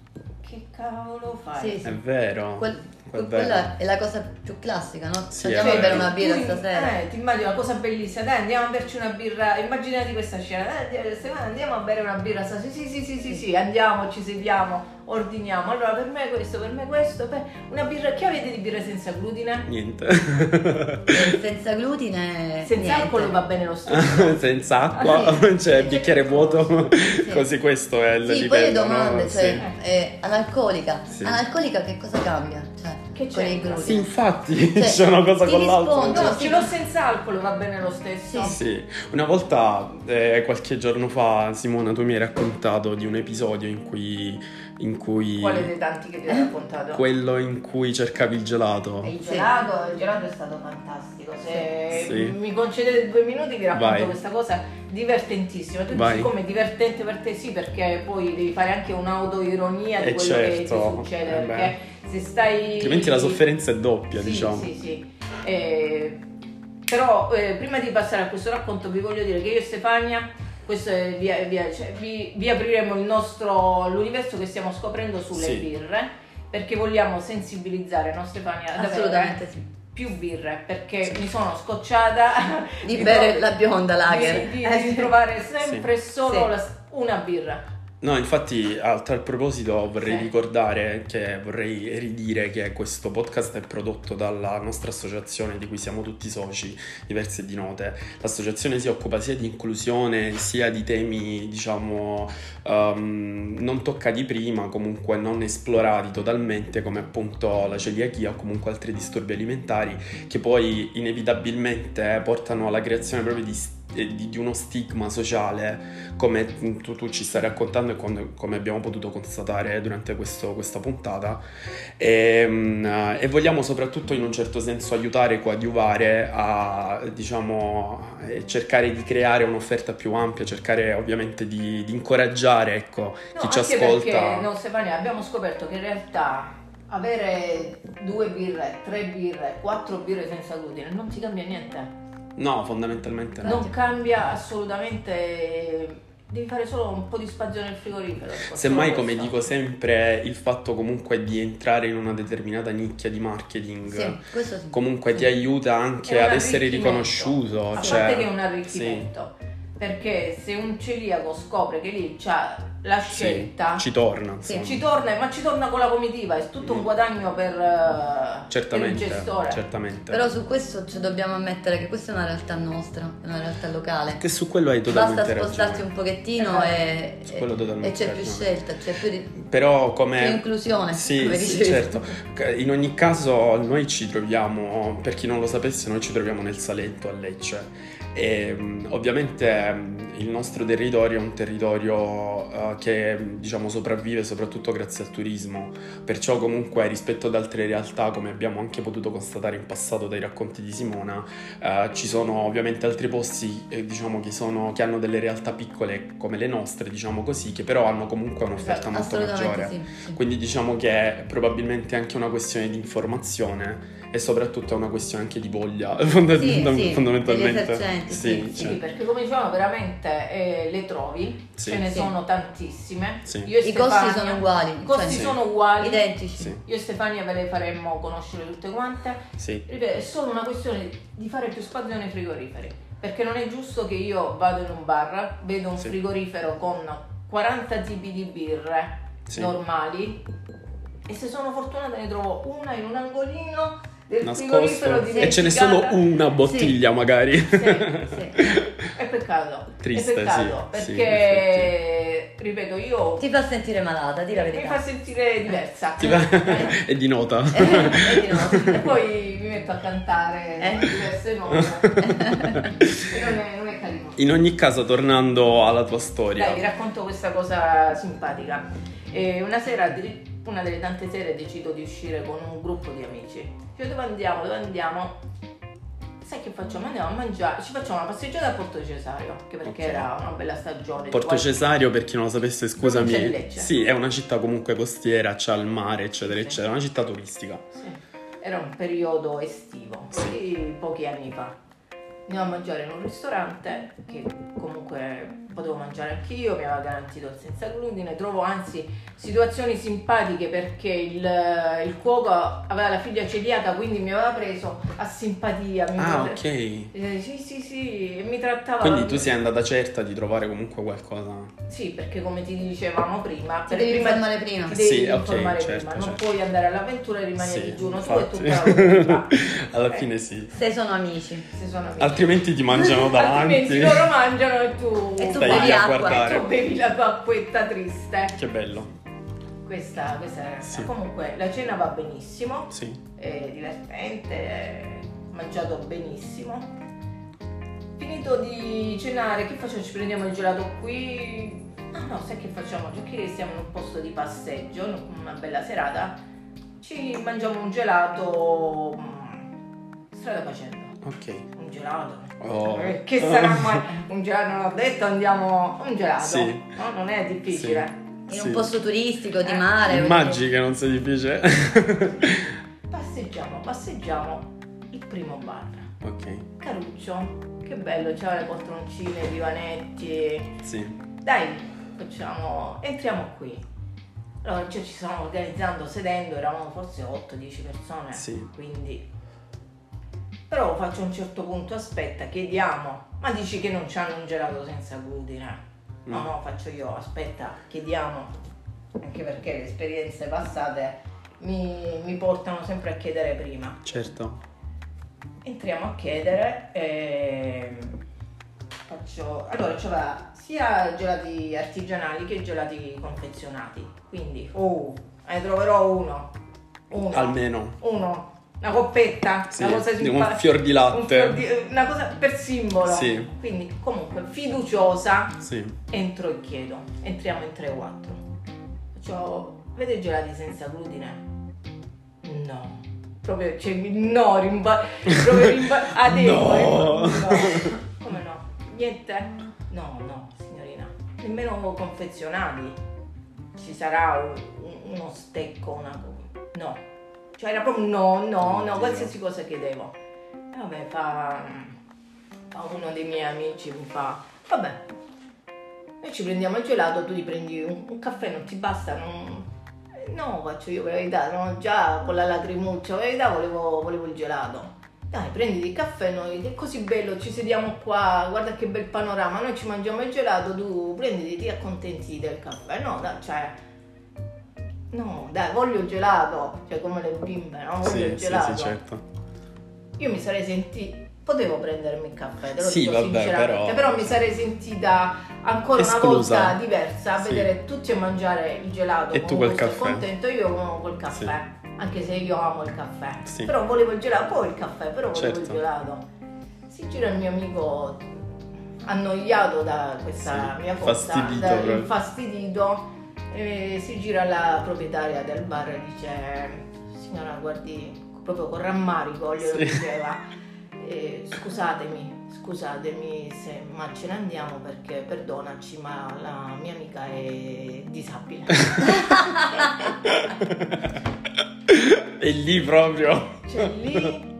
[SPEAKER 2] Che cavolo fai?
[SPEAKER 4] Sì,
[SPEAKER 1] è
[SPEAKER 4] sì.
[SPEAKER 1] vero.
[SPEAKER 4] Quel-
[SPEAKER 1] Quel
[SPEAKER 4] quella è la cosa più classica, no?
[SPEAKER 1] Sì, eh.
[SPEAKER 4] Sì,
[SPEAKER 1] è
[SPEAKER 4] Andiamo a
[SPEAKER 1] vero.
[SPEAKER 4] bere una
[SPEAKER 2] Cioè,
[SPEAKER 4] birra
[SPEAKER 2] Tu in-
[SPEAKER 4] stasera.
[SPEAKER 2] Eh, ti immagini una cosa bellissima, dai andiamo a berci una birra, immaginati questa scena, dai, andiamo- Stefano, andiamo a bere una birra stasera, sì sì sì sì sì, andiamo, ci sediamo, ordiniamo, allora per me questo, per me questo, per- una birra, che avete di birra senza glutine?
[SPEAKER 1] Niente. [laughs]
[SPEAKER 4] E Senza glutine.
[SPEAKER 2] Senza
[SPEAKER 4] niente.
[SPEAKER 2] alcol va bene lo
[SPEAKER 4] [laughs]
[SPEAKER 2] stesso.
[SPEAKER 1] Senza acqua,
[SPEAKER 4] Ah, sì.
[SPEAKER 1] cioè bicchiere vuoto,
[SPEAKER 4] Sì.
[SPEAKER 1] [laughs] così questo è il
[SPEAKER 4] Sì, poi le
[SPEAKER 1] livello. no?
[SPEAKER 4] domande,
[SPEAKER 1] Sì.
[SPEAKER 4] cioè, eh, analcolica.
[SPEAKER 1] Sì.
[SPEAKER 4] Analcolica che cosa cambia? Cioè,
[SPEAKER 2] Che
[SPEAKER 4] con il
[SPEAKER 2] c'entra?
[SPEAKER 1] Sì,
[SPEAKER 4] glutine.
[SPEAKER 1] infatti,
[SPEAKER 4] Cioè,
[SPEAKER 1] [laughs] c'è una cosa
[SPEAKER 4] ti
[SPEAKER 1] con l'altra.
[SPEAKER 4] rispondo.
[SPEAKER 2] No, ce l'ho Cioè, senza alcol, va bene lo stesso.
[SPEAKER 4] Sì.
[SPEAKER 1] Sì, una volta, eh, qualche giorno fa, Simona, tu mi hai raccontato di un episodio in cui... In cui
[SPEAKER 2] Quale dei tanti che ti ho raccontato?
[SPEAKER 1] quello in cui cercavi il gelato.
[SPEAKER 5] E il gelato, il gelato è stato fantastico. Se...
[SPEAKER 2] Se
[SPEAKER 1] Sì.
[SPEAKER 2] mi concedete due minuti vi racconto
[SPEAKER 1] Vai.
[SPEAKER 2] questa cosa divertentissima. Tu
[SPEAKER 1] Vai.
[SPEAKER 2] dici come è divertente per te sì, perché poi devi fare anche un'autoironia di
[SPEAKER 1] Eh,
[SPEAKER 2] quello che
[SPEAKER 1] certo.
[SPEAKER 2] ti succede.
[SPEAKER 1] Eh, beh.
[SPEAKER 2] perché se stai.
[SPEAKER 1] Altrimenti la sofferenza è doppia,
[SPEAKER 2] sì,
[SPEAKER 1] diciamo.
[SPEAKER 2] Sì, sì. Eh, però eh, prima di passare a questo racconto vi voglio dire che io e Stefania, questo è via, via- cioè, vi, vi apriremo il nostro, l'universo che stiamo scoprendo sulle
[SPEAKER 1] Sì.
[SPEAKER 2] birre perché vogliamo sensibilizzare, no Stefania? Davvero,
[SPEAKER 4] Assolutamente sì.
[SPEAKER 2] più birre perché mi sono scocciata
[SPEAKER 4] Di
[SPEAKER 2] Mi
[SPEAKER 4] bere
[SPEAKER 2] [laughs] trovo-
[SPEAKER 4] la bionda lager.
[SPEAKER 2] di, di-
[SPEAKER 4] Eh,
[SPEAKER 2] di
[SPEAKER 4] sì.
[SPEAKER 2] trovare sempre e solo
[SPEAKER 4] Sì.
[SPEAKER 2] la- una birra
[SPEAKER 1] No, infatti, a tal proposito vorrei
[SPEAKER 2] Sì.
[SPEAKER 1] ricordare che vorrei ridire che questo podcast è prodotto dalla nostra associazione di cui siamo tutti soci, diverse di note. L'associazione si occupa sia di inclusione sia di temi, diciamo, ehm, non toccati prima, comunque non esplorati totalmente, come appunto la celiachia o comunque altri disturbi alimentari che poi inevitabilmente eh, portano alla creazione proprio di st- eh, di- di uno stigma sociale come tu, tu ci stai raccontando e quando- come abbiamo potuto constatare durante questo- questa puntata e, mm, e vogliamo soprattutto in un certo senso aiutare e coadiuvare a diciamo eh, cercare di creare un'offerta più ampia cercare ovviamente di, di incoraggiare ecco
[SPEAKER 2] No,
[SPEAKER 1] chi ci
[SPEAKER 2] anche
[SPEAKER 1] ascolta
[SPEAKER 2] perché no Stefania abbiamo scoperto che in realtà avere due birre tre birre quattro birre senza glutine non ti cambia niente
[SPEAKER 1] no fondamentalmente no
[SPEAKER 2] non cambia assolutamente devi fare solo un po' di spazio nel frigorifero ecco,
[SPEAKER 1] Semmai,
[SPEAKER 2] solo
[SPEAKER 1] come
[SPEAKER 2] questo.
[SPEAKER 1] dico sempre, il fatto comunque di entrare in una determinata nicchia di marketing
[SPEAKER 4] Sì, questo sì.
[SPEAKER 1] comunque ti
[SPEAKER 4] Sì.
[SPEAKER 1] aiuta anche
[SPEAKER 2] È un
[SPEAKER 1] ad essere
[SPEAKER 2] arricchimento.
[SPEAKER 1] riconosciuto.
[SPEAKER 2] A
[SPEAKER 1] cioè,
[SPEAKER 2] parte che è un
[SPEAKER 1] sì.
[SPEAKER 2] arricchimento. Perché se un celiaco scopre che lì c'ha la
[SPEAKER 1] Sì,
[SPEAKER 2] scelta,
[SPEAKER 1] ci torna.
[SPEAKER 4] Sì,
[SPEAKER 1] insomma.
[SPEAKER 2] ci torna, ma ci torna con la comitiva, è tutto un
[SPEAKER 1] Mm.
[SPEAKER 2] guadagno per, eh, per il
[SPEAKER 1] certamente, certo.
[SPEAKER 2] gestore.
[SPEAKER 1] certamente.
[SPEAKER 4] Però su questo ci dobbiamo ammettere che questa è una realtà nostra, è una realtà locale.
[SPEAKER 1] che su quello hai totalmente
[SPEAKER 4] Basta spostarsi
[SPEAKER 1] ragione.
[SPEAKER 4] un pochettino e,
[SPEAKER 1] Eh, Su
[SPEAKER 4] e-
[SPEAKER 1] quello
[SPEAKER 4] Cioè, e
[SPEAKER 1] totalmente
[SPEAKER 4] c'è più
[SPEAKER 1] ragione.
[SPEAKER 4] scelta, c'è più, di-
[SPEAKER 1] Però come
[SPEAKER 4] più inclusione.
[SPEAKER 1] Sì,
[SPEAKER 4] come
[SPEAKER 1] sì,
[SPEAKER 4] dicevi.
[SPEAKER 1] certo. Che In ogni caso noi ci troviamo, per chi non lo sapesse, noi ci troviamo nel Salento a Lecce. E, mh, ovviamente mh, il nostro territorio è un territorio eh, che mh, diciamo sopravvive soprattutto grazie al turismo, perciò comunque rispetto ad altre realtà, come abbiamo anche potuto constatare in passato dai racconti di Simona, eh, ci sono ovviamente altri posti eh, diciamo che, sono, che hanno delle realtà piccole come le nostre, diciamo così, che però hanno comunque un'offerta molto maggiore.
[SPEAKER 4] Certo, Assolutamente sì. sì.
[SPEAKER 1] Quindi diciamo che è probabilmente anche una questione di informazione e soprattutto è una questione anche di voglia [laughs] fonda-
[SPEAKER 4] Sì, sì,
[SPEAKER 1] fondamentalmente.
[SPEAKER 4] degli esercenti, sì,
[SPEAKER 2] Sì,
[SPEAKER 1] cioè,
[SPEAKER 2] perché come dicevamo veramente eh, le trovi,
[SPEAKER 1] Sì.
[SPEAKER 2] ce ne
[SPEAKER 4] Sì.
[SPEAKER 2] sono tantissime.
[SPEAKER 1] Sì.
[SPEAKER 2] Io e
[SPEAKER 4] I costi
[SPEAKER 2] Stefania-
[SPEAKER 4] sono uguali,
[SPEAKER 2] I costi
[SPEAKER 4] cioè,
[SPEAKER 1] Sì.
[SPEAKER 2] sono uguali.
[SPEAKER 4] identici.
[SPEAKER 1] Sì,
[SPEAKER 2] Io e Stefania ve le faremmo conoscere tutte quante.
[SPEAKER 1] sì.
[SPEAKER 2] Ripeto, è solo una questione di fare più spazio nei frigoriferi. Perché non è giusto che io vado in un bar, vedo un
[SPEAKER 1] Sì.
[SPEAKER 2] frigorifero con 40 tipi di birre
[SPEAKER 1] sì.
[SPEAKER 2] normali e se sono fortunata ne trovo una in un angolino del frigorifero
[SPEAKER 1] Nascosto.
[SPEAKER 2] di
[SPEAKER 1] E ce n'è solo una bottiglia magari. [laughs]
[SPEAKER 2] È peccato.
[SPEAKER 1] Triste,
[SPEAKER 2] è peccato
[SPEAKER 1] sì, sì,
[SPEAKER 2] perché, ripeto, io
[SPEAKER 4] Ti fa sentire malata, di la
[SPEAKER 2] mi fa
[SPEAKER 4] [laughs] verità.
[SPEAKER 2] sentire diversa.
[SPEAKER 1] Ti va-
[SPEAKER 2] Eh.
[SPEAKER 1] è di nota.
[SPEAKER 4] [laughs] Eh, di no.
[SPEAKER 2] e poi mi metto a cantare
[SPEAKER 4] Eh.
[SPEAKER 2] diverse
[SPEAKER 1] [laughs]
[SPEAKER 2] note e non è, non è carino
[SPEAKER 1] In ogni caso, tornando alla tua storia.
[SPEAKER 2] dai vi racconto questa cosa simpatica Eh, una sera addir- una delle tante sere decido di uscire con un gruppo di amici cioè dove andiamo dove andiamo sai che facciamo andiamo a mangiare ci facciamo una passeggiata a Porto Cesario che perché
[SPEAKER 1] Ok.
[SPEAKER 2] era una bella stagione
[SPEAKER 1] Porto
[SPEAKER 2] Qualche-
[SPEAKER 1] Cesario, per chi non lo sapesse, scusami.
[SPEAKER 2] Provincia di Lecce.
[SPEAKER 1] Sì, è una città comunque costiera, c'ha il mare, eccetera,
[SPEAKER 2] Sì.
[SPEAKER 1] eccetera. È una città turistica.
[SPEAKER 2] Sì, era un periodo estivo, sì, pochi anni fa. Andiamo a mangiare in un ristorante che comunque potevo mangiare anch'io, mi aveva garantito il senza glutine, trovo anzi situazioni simpatiche perché il, il cuoco aveva la figlia celiaca, quindi mi aveva preso a simpatia. Mi
[SPEAKER 1] Ah,
[SPEAKER 2] mi-
[SPEAKER 1] ok.
[SPEAKER 2] Eh, sì, sì, sì, e mi trattava...
[SPEAKER 1] Quindi tu sei andata certa di trovare comunque qualcosa.
[SPEAKER 2] Sì, perché come ti dicevamo prima...
[SPEAKER 4] Ti
[SPEAKER 2] per
[SPEAKER 4] devi
[SPEAKER 2] prima-
[SPEAKER 4] fermare prima.
[SPEAKER 2] [laughs] Ti
[SPEAKER 1] Sì,
[SPEAKER 2] devi
[SPEAKER 1] ok,
[SPEAKER 2] informare
[SPEAKER 1] certo,
[SPEAKER 2] prima, non
[SPEAKER 1] certo.
[SPEAKER 2] puoi andare all'avventura e rimanere digiuno tu e tu
[SPEAKER 1] infatti. [laughs]
[SPEAKER 2] bravo.
[SPEAKER 1] Alla
[SPEAKER 2] Eh.
[SPEAKER 1] fine sì.
[SPEAKER 4] Se sono amici.
[SPEAKER 2] Se sono amici.
[SPEAKER 1] Altrimenti ti mangiano davanti.
[SPEAKER 2] [laughs] Altrimenti loro mangiano e tu,
[SPEAKER 4] E tu
[SPEAKER 1] Stai
[SPEAKER 4] bevi
[SPEAKER 1] lì a
[SPEAKER 4] acqua.
[SPEAKER 1] guardare.
[SPEAKER 2] tu ecco, bevi la tua acquetta triste.
[SPEAKER 1] [laughs] Che bello.
[SPEAKER 2] Questa, questa è la realtà.
[SPEAKER 1] Sì.
[SPEAKER 2] Comunque la cena va benissimo.
[SPEAKER 1] Sì.
[SPEAKER 2] eh, divertente, eh, mangiato benissimo. Finito di cenare, che facciamo? Ci prendiamo il gelato qui? Ah no, sai che facciamo? Già che siamo in un posto di passeggio, in una bella serata, ci mangiamo un gelato mm, strada facendo.
[SPEAKER 1] Ok.
[SPEAKER 2] Un gelato.
[SPEAKER 1] Oh.
[SPEAKER 2] Eh, Che
[SPEAKER 1] [laughs]
[SPEAKER 2] sarà mai un gelato? Non ho detto, andiamo un gelato.
[SPEAKER 1] Sì.
[SPEAKER 2] No, non è difficile.
[SPEAKER 4] In
[SPEAKER 1] Sì.
[SPEAKER 4] un posto turistico di
[SPEAKER 2] Eh,
[SPEAKER 4] mare.
[SPEAKER 1] Immagini che non sia difficile. [laughs]
[SPEAKER 2] Passeggiamo, passeggiamo il primo bar.
[SPEAKER 1] ok,
[SPEAKER 2] Caruccio, che bello, c'ha le poltroncine, i divanetti.
[SPEAKER 1] sì.
[SPEAKER 2] Dai, facciamo, entriamo qui. Allora, cioè, ci stavamo organizzando, sedendo, eravamo forse 8-10 persone.
[SPEAKER 1] Sì.
[SPEAKER 2] Quindi... Però faccio a un certo punto, aspetta, chiediamo. Ma dici che non c'hanno un gelato senza glutine? No, no, faccio io, aspetta, chiediamo. Anche perché le esperienze passate mi- mi portano sempre a chiedere prima.
[SPEAKER 1] Certo.
[SPEAKER 2] Entriamo a chiedere e faccio... Allora c'era sia gelati artigianali che gelati confezionati, quindi oh, ne troverò uno, uno,
[SPEAKER 1] Almeno.
[SPEAKER 2] uno, una coppetta,
[SPEAKER 1] Sì,
[SPEAKER 2] una cosa
[SPEAKER 1] di un
[SPEAKER 2] simpatica,
[SPEAKER 1] fior di latte.
[SPEAKER 2] un fior di- una cosa per simbolo,
[SPEAKER 1] Sì.
[SPEAKER 2] quindi comunque fiduciosa
[SPEAKER 1] Sì.
[SPEAKER 2] entro e chiedo, entriamo in 3 o 4. Faccio, vede i gelati senza glutine? No. Proprio, cioè, mi- no, rimba... Proprio rimba... Adego,
[SPEAKER 1] No.
[SPEAKER 2] Come no? Niente? No, no, signorina. Nemmeno confezionati. Ci sarà un- uno stecco, una... co- No. Cioè, era proprio no, no, no,
[SPEAKER 1] Oddio.
[SPEAKER 2] qualsiasi cosa chiedevo. E vabbè, fa... fa uno dei miei amici, mi fa... Vabbè, noi ci prendiamo il gelato, tu ti prendi un, un caffè, non ti basta, non... Eh, No, faccio io per la verità, no, già con la lacrimuccia, per la verità volevo, volevo il gelato. Dai, prenditi il caffè, noi è così bello, ci sediamo qua, guarda che bel panorama, noi ci mangiamo il gelato, tu prenditi, ti accontenti del caffè. No, dai, cioè... No, dai, voglio il gelato, cioè come le bimbe, no? Voglio
[SPEAKER 1] Sì,
[SPEAKER 2] il
[SPEAKER 1] sì,
[SPEAKER 2] gelato.
[SPEAKER 1] sì, certo.
[SPEAKER 2] Io mi sarei sentita. Potevo prendermi il caffè, te lo
[SPEAKER 1] Sì,
[SPEAKER 2] dico
[SPEAKER 1] vabbè,
[SPEAKER 2] sinceramente,
[SPEAKER 1] però-
[SPEAKER 2] però... mi sarei sentita ancora
[SPEAKER 1] Esclusa.
[SPEAKER 2] una volta diversa a
[SPEAKER 1] Sì.
[SPEAKER 2] vedere tutti a mangiare il gelato
[SPEAKER 1] E
[SPEAKER 2] con
[SPEAKER 1] tu quel
[SPEAKER 2] gusto
[SPEAKER 1] caffè.
[SPEAKER 2] contento, io con quel caffè, anche se io amo il caffè.
[SPEAKER 1] Sì.
[SPEAKER 2] Però volevo il gelato, poi il caffè, però volevo
[SPEAKER 1] Certo.
[SPEAKER 2] il gelato. Si gira il mio amico annoiato da questa
[SPEAKER 1] Sì,
[SPEAKER 2] mia cosa,
[SPEAKER 1] fastidito
[SPEAKER 2] da-
[SPEAKER 1] proprio.
[SPEAKER 2] infastidito, e si gira alla proprietaria del bar e dice signora guardi proprio con rammarico glielo
[SPEAKER 1] Sì.
[SPEAKER 2] diceva "Eh, scusatemi scusatemi se ma ce ne andiamo perché perdonaci ma la mia amica è disabile
[SPEAKER 1] [laughs] e lì proprio.
[SPEAKER 2] cioè lì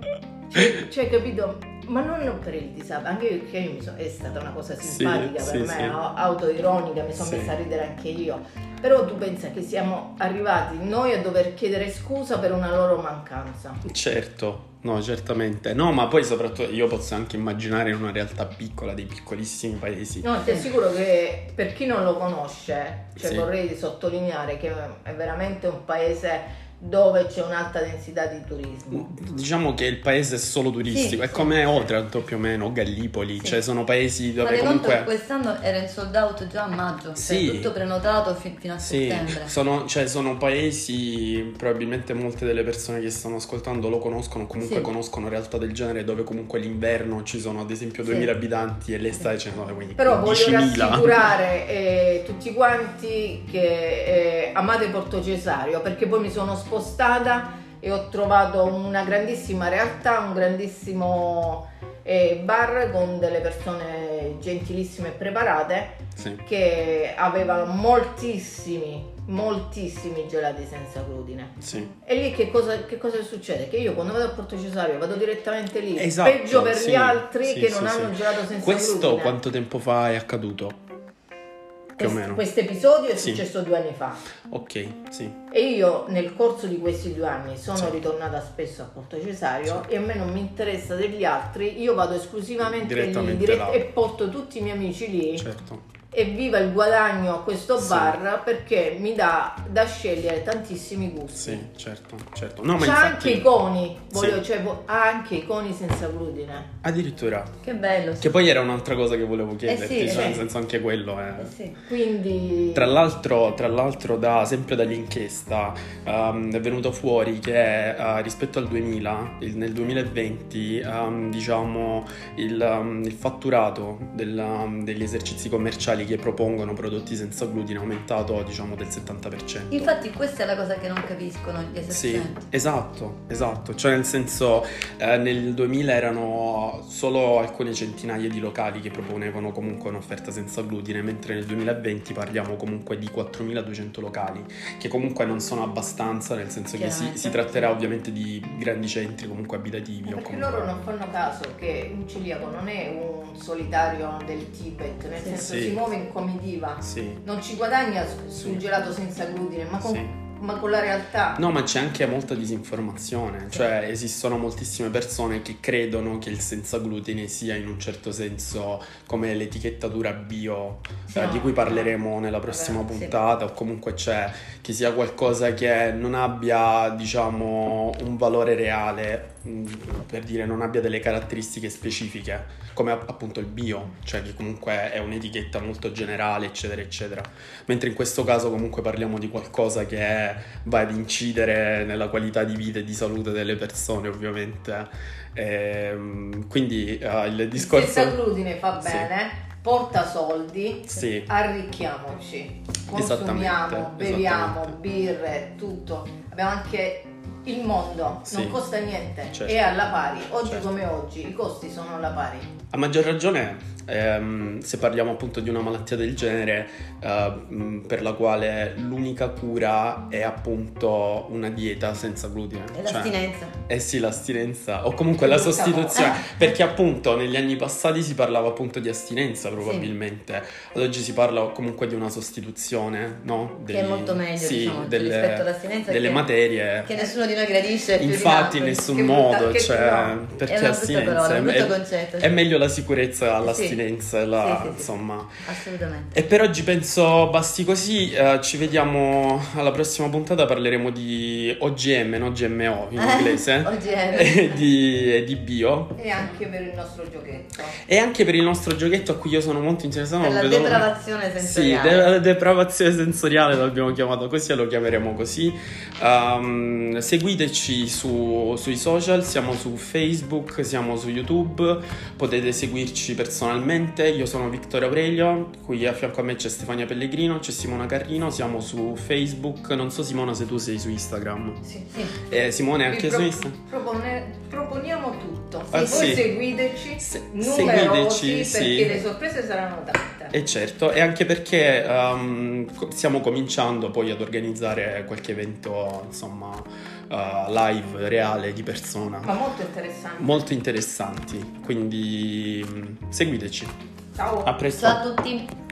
[SPEAKER 1] [laughs]
[SPEAKER 2] cioè, cioè, capito ma non per il disabile anche io, che io mi so- è stata una cosa
[SPEAKER 1] Sì,
[SPEAKER 2] simpatica
[SPEAKER 1] sì,
[SPEAKER 2] per me
[SPEAKER 1] sì.
[SPEAKER 2] no? autoironica mi sono
[SPEAKER 1] Sì.
[SPEAKER 2] messa a ridere anche io però tu pensa che siamo arrivati noi a dover chiedere scusa per una loro mancanza
[SPEAKER 1] Certo. No, certamente. No, ma poi soprattutto io posso anche immaginare in una realtà piccola, dei piccolissimi paesi.
[SPEAKER 2] No, ti assicuro che per chi non lo conosce, cioè
[SPEAKER 1] Sì.
[SPEAKER 2] vorrei sottolineare che è veramente un paese dove c'è un'alta densità di turismo.
[SPEAKER 1] Diciamo che il paese è solo turistico,
[SPEAKER 4] Sì,
[SPEAKER 1] è
[SPEAKER 4] sì.
[SPEAKER 1] come Otranto più o meno, Gallipoli,
[SPEAKER 4] Sì.
[SPEAKER 1] cioè sono paesi
[SPEAKER 4] Fate
[SPEAKER 1] dove
[SPEAKER 4] conto
[SPEAKER 1] comunque...
[SPEAKER 4] che quest'anno era il sold out già a maggio,
[SPEAKER 1] Sì.
[SPEAKER 4] cioè tutto prenotato fi- fino a
[SPEAKER 1] Sì,
[SPEAKER 4] settembre.
[SPEAKER 1] sono, cioè, sono paesi, probabilmente molte delle persone che stanno ascoltando lo conoscono, comunque
[SPEAKER 4] Sì.
[SPEAKER 1] conoscono realtà del genere dove comunque l'inverno ci sono ad esempio
[SPEAKER 4] Sì.
[SPEAKER 1] 2000 abitanti e l'estate ce ne sono "Eh, quindi
[SPEAKER 2] Però voglio
[SPEAKER 1] 10.000.
[SPEAKER 2] rassicurare eh, tutti quanti che eh, amate Porto Cesario perché poi mi sono spostata e ho trovato una grandissima realtà, un grandissimo eh, bar con delle persone gentilissime e preparate
[SPEAKER 1] Sì,
[SPEAKER 2] che aveva moltissimi, moltissimi gelati senza glutine.
[SPEAKER 1] sì.
[SPEAKER 2] E lì che cosa, che cosa succede? Che io quando vado a Porto Cesario vado direttamente lì,
[SPEAKER 1] Esatto,
[SPEAKER 2] peggio per
[SPEAKER 1] sì,
[SPEAKER 2] gli altri
[SPEAKER 1] sì,
[SPEAKER 2] che
[SPEAKER 1] sì,
[SPEAKER 2] non
[SPEAKER 1] sì.
[SPEAKER 2] hanno il gelato senza
[SPEAKER 1] Questo
[SPEAKER 2] glutine.
[SPEAKER 1] quanto tempo fa è accaduto? Più o
[SPEAKER 2] Quest-
[SPEAKER 1] meno.
[SPEAKER 2] Questo episodio è
[SPEAKER 1] Sì.
[SPEAKER 2] successo due anni fa
[SPEAKER 1] Ok, sì.
[SPEAKER 2] e io nel corso di questi due anni sono
[SPEAKER 1] Sì.
[SPEAKER 2] ritornata spesso a Porto Cesario e a me non mi interessa degli altri, io vado esclusivamente lì
[SPEAKER 1] Direttamente
[SPEAKER 2] dirett-
[SPEAKER 1] là.
[SPEAKER 2] e porto tutti i miei amici lì
[SPEAKER 1] Certo.
[SPEAKER 2] e viva il guadagno a questo
[SPEAKER 1] Sì.
[SPEAKER 2] bar perché mi dà da scegliere tantissimi gusti.
[SPEAKER 1] Sì, certo, certo. No, ma
[SPEAKER 2] C'ha anche
[SPEAKER 1] infatti,
[SPEAKER 2] i coni,
[SPEAKER 1] Sì.
[SPEAKER 2] voglio, cioè, vo- ha anche i coni senza glutine.
[SPEAKER 1] addirittura.
[SPEAKER 4] Che bello. sì.
[SPEAKER 1] Che poi era un'altra cosa che
[SPEAKER 2] Eh
[SPEAKER 1] volevo chiederti, cioè,
[SPEAKER 4] sì, sì.
[SPEAKER 1] nel senso anche quello è...
[SPEAKER 4] Eh sì.
[SPEAKER 2] Quindi
[SPEAKER 1] Tra l'altro, tra l'altro da, sempre dall'inchiesta ehm, è venuto fuori che eh, rispetto al 2000, il- nel 2020, ehm, diciamo, il, ehm, il fatturato del, ehm, degli esercizi commerciali che propongono prodotti senza glutine è aumentato diciamo del 70%.
[SPEAKER 4] Infatti questa è la cosa che non capiscono gli
[SPEAKER 1] Sì,
[SPEAKER 4] esercenti.
[SPEAKER 1] esatto, esatto. Cioè, nel senso, eh, nel 2000 erano solo alcune centinaia di locali che proponevano comunque un'offerta senza glutine, mentre nel 2020 parliamo comunque di 4200 locali, che comunque non sono abbastanza, nel senso che si,
[SPEAKER 4] Chiaramente.
[SPEAKER 1] si tratterà ovviamente di grandi centri comunque abitativi. o
[SPEAKER 2] perché
[SPEAKER 1] comunque-
[SPEAKER 2] loro non fanno caso che un celiaco non è un solitario del Tibet, nel
[SPEAKER 4] Sì.
[SPEAKER 2] senso
[SPEAKER 1] Sì.
[SPEAKER 2] si muove in comitiva,
[SPEAKER 1] Sì,
[SPEAKER 2] non ci guadagna s- sul gelato senza glutine, ma con,
[SPEAKER 1] sì.
[SPEAKER 2] ma con la realtà.
[SPEAKER 1] No, ma c'è anche molta disinformazione, cioè esistono moltissime persone che credono che il senza glutine sia in un certo senso come l'etichettatura bio eh,
[SPEAKER 2] No.
[SPEAKER 1] di cui parleremo nella prossima
[SPEAKER 4] Vabbè, sì.
[SPEAKER 1] puntata o comunque c'è che sia qualcosa che non abbia, diciamo, un valore reale, mh, per dire non abbia delle caratteristiche specifiche, come app- appunto il bio, cioè che comunque è un'etichetta molto generale, eccetera, eccetera. Mentre in questo caso comunque parliamo di qualcosa che è va ad incidere nella qualità di vita e di salute delle persone, ovviamente. Ehm, quindi eh, il
[SPEAKER 2] Senza
[SPEAKER 1] discorso.
[SPEAKER 2] glutine fa
[SPEAKER 1] Sì.
[SPEAKER 2] bene, porta soldi,
[SPEAKER 1] Sì,
[SPEAKER 2] arricchiamoci, consumiamo,
[SPEAKER 1] Esattamente,
[SPEAKER 2] beviamo,
[SPEAKER 1] esattamente.
[SPEAKER 2] birre, tutto. Abbiamo anche il mondo,
[SPEAKER 1] Sì.
[SPEAKER 2] non costa niente,
[SPEAKER 1] Certo.
[SPEAKER 2] è alla pari. Oggi
[SPEAKER 1] Certo.
[SPEAKER 2] come oggi i costi sono alla pari.
[SPEAKER 1] a maggior ragione ehm, se parliamo appunto di una malattia del genere eh, mh, per la quale l'unica cura è appunto una dieta senza glutine.
[SPEAKER 4] È
[SPEAKER 1] Cioè-
[SPEAKER 4] l'astinenza.
[SPEAKER 1] Eh sì, l'astinenza o comunque la
[SPEAKER 2] Brutta
[SPEAKER 1] sostituzione,
[SPEAKER 4] Eh.
[SPEAKER 1] perché appunto negli anni passati si parlava appunto di astinenza probabilmente, ad oggi si parla comunque di una sostituzione, no?
[SPEAKER 4] Che è molto meglio,
[SPEAKER 1] sì,
[SPEAKER 4] diciamo,
[SPEAKER 1] delle,
[SPEAKER 4] rispetto all'astinenza
[SPEAKER 1] delle
[SPEAKER 4] che-
[SPEAKER 1] materie.
[SPEAKER 4] Che nessuno di noi gradisce più di
[SPEAKER 1] Infatti, in
[SPEAKER 4] tanto.
[SPEAKER 1] nessun
[SPEAKER 2] che brutta-
[SPEAKER 1] modo,
[SPEAKER 2] che-
[SPEAKER 1] cioè,
[SPEAKER 2] no,
[SPEAKER 4] È
[SPEAKER 1] perché
[SPEAKER 4] una brutta
[SPEAKER 1] astinenza
[SPEAKER 4] parola,
[SPEAKER 1] è,
[SPEAKER 4] un brutto
[SPEAKER 1] è-
[SPEAKER 4] concetto.
[SPEAKER 1] è meglio la sicurezza all'astinenza, e la-
[SPEAKER 4] Sì, sì, sì.
[SPEAKER 1] insomma.
[SPEAKER 4] Assolutamente.
[SPEAKER 1] E per oggi penso basti così, eh, ci vediamo alla prossima puntata, parleremo di OGM, non GMO in
[SPEAKER 4] Eh. [laughs]
[SPEAKER 1] inglese.
[SPEAKER 4] Oggi
[SPEAKER 1] e
[SPEAKER 4] è...
[SPEAKER 1] [laughs] di, e di bio
[SPEAKER 2] E anche per il nostro giochetto.
[SPEAKER 1] e anche per il nostro giochetto a cui io sono molto interessato
[SPEAKER 4] Per
[SPEAKER 1] non
[SPEAKER 4] la
[SPEAKER 1] vedo l'ora.
[SPEAKER 4] depravazione
[SPEAKER 1] sì,
[SPEAKER 4] sensoriale.
[SPEAKER 1] de- la depravazione sensoriale l'abbiamo chiamato così e lo chiameremo così. Ehm, seguiteci su- sui social, siamo su Facebook, siamo su YouTube, potete seguirci personalmente. Io sono Vittorio Aurelio, qui a fianco a me c'è Stefania Pellegrino, c'è Simona Carrino, siamo su Facebook, non so Simona se tu sei su Instagram.
[SPEAKER 4] Sì, sì.
[SPEAKER 1] Eh, Simone è anche
[SPEAKER 2] Vi pro-
[SPEAKER 1] su Instagram.
[SPEAKER 2] propone- proponiamo tutto.
[SPEAKER 1] Ah,
[SPEAKER 2] voi
[SPEAKER 1] sì.
[SPEAKER 2] seguiteci,
[SPEAKER 1] Se- seguiteci,
[SPEAKER 2] numerosi, perché
[SPEAKER 1] sì.
[SPEAKER 2] le sorprese saranno tante.
[SPEAKER 1] E certo, e anche perché ehm, co- stiamo cominciando poi ad organizzare qualche evento, insomma, eh, live, reale, di
[SPEAKER 2] Ma
[SPEAKER 1] persona,
[SPEAKER 2] molto interessante.
[SPEAKER 1] molto interessanti. Quindi mm, seguiteci.
[SPEAKER 2] Ciao.
[SPEAKER 1] A presto.
[SPEAKER 4] Ciao a tutti.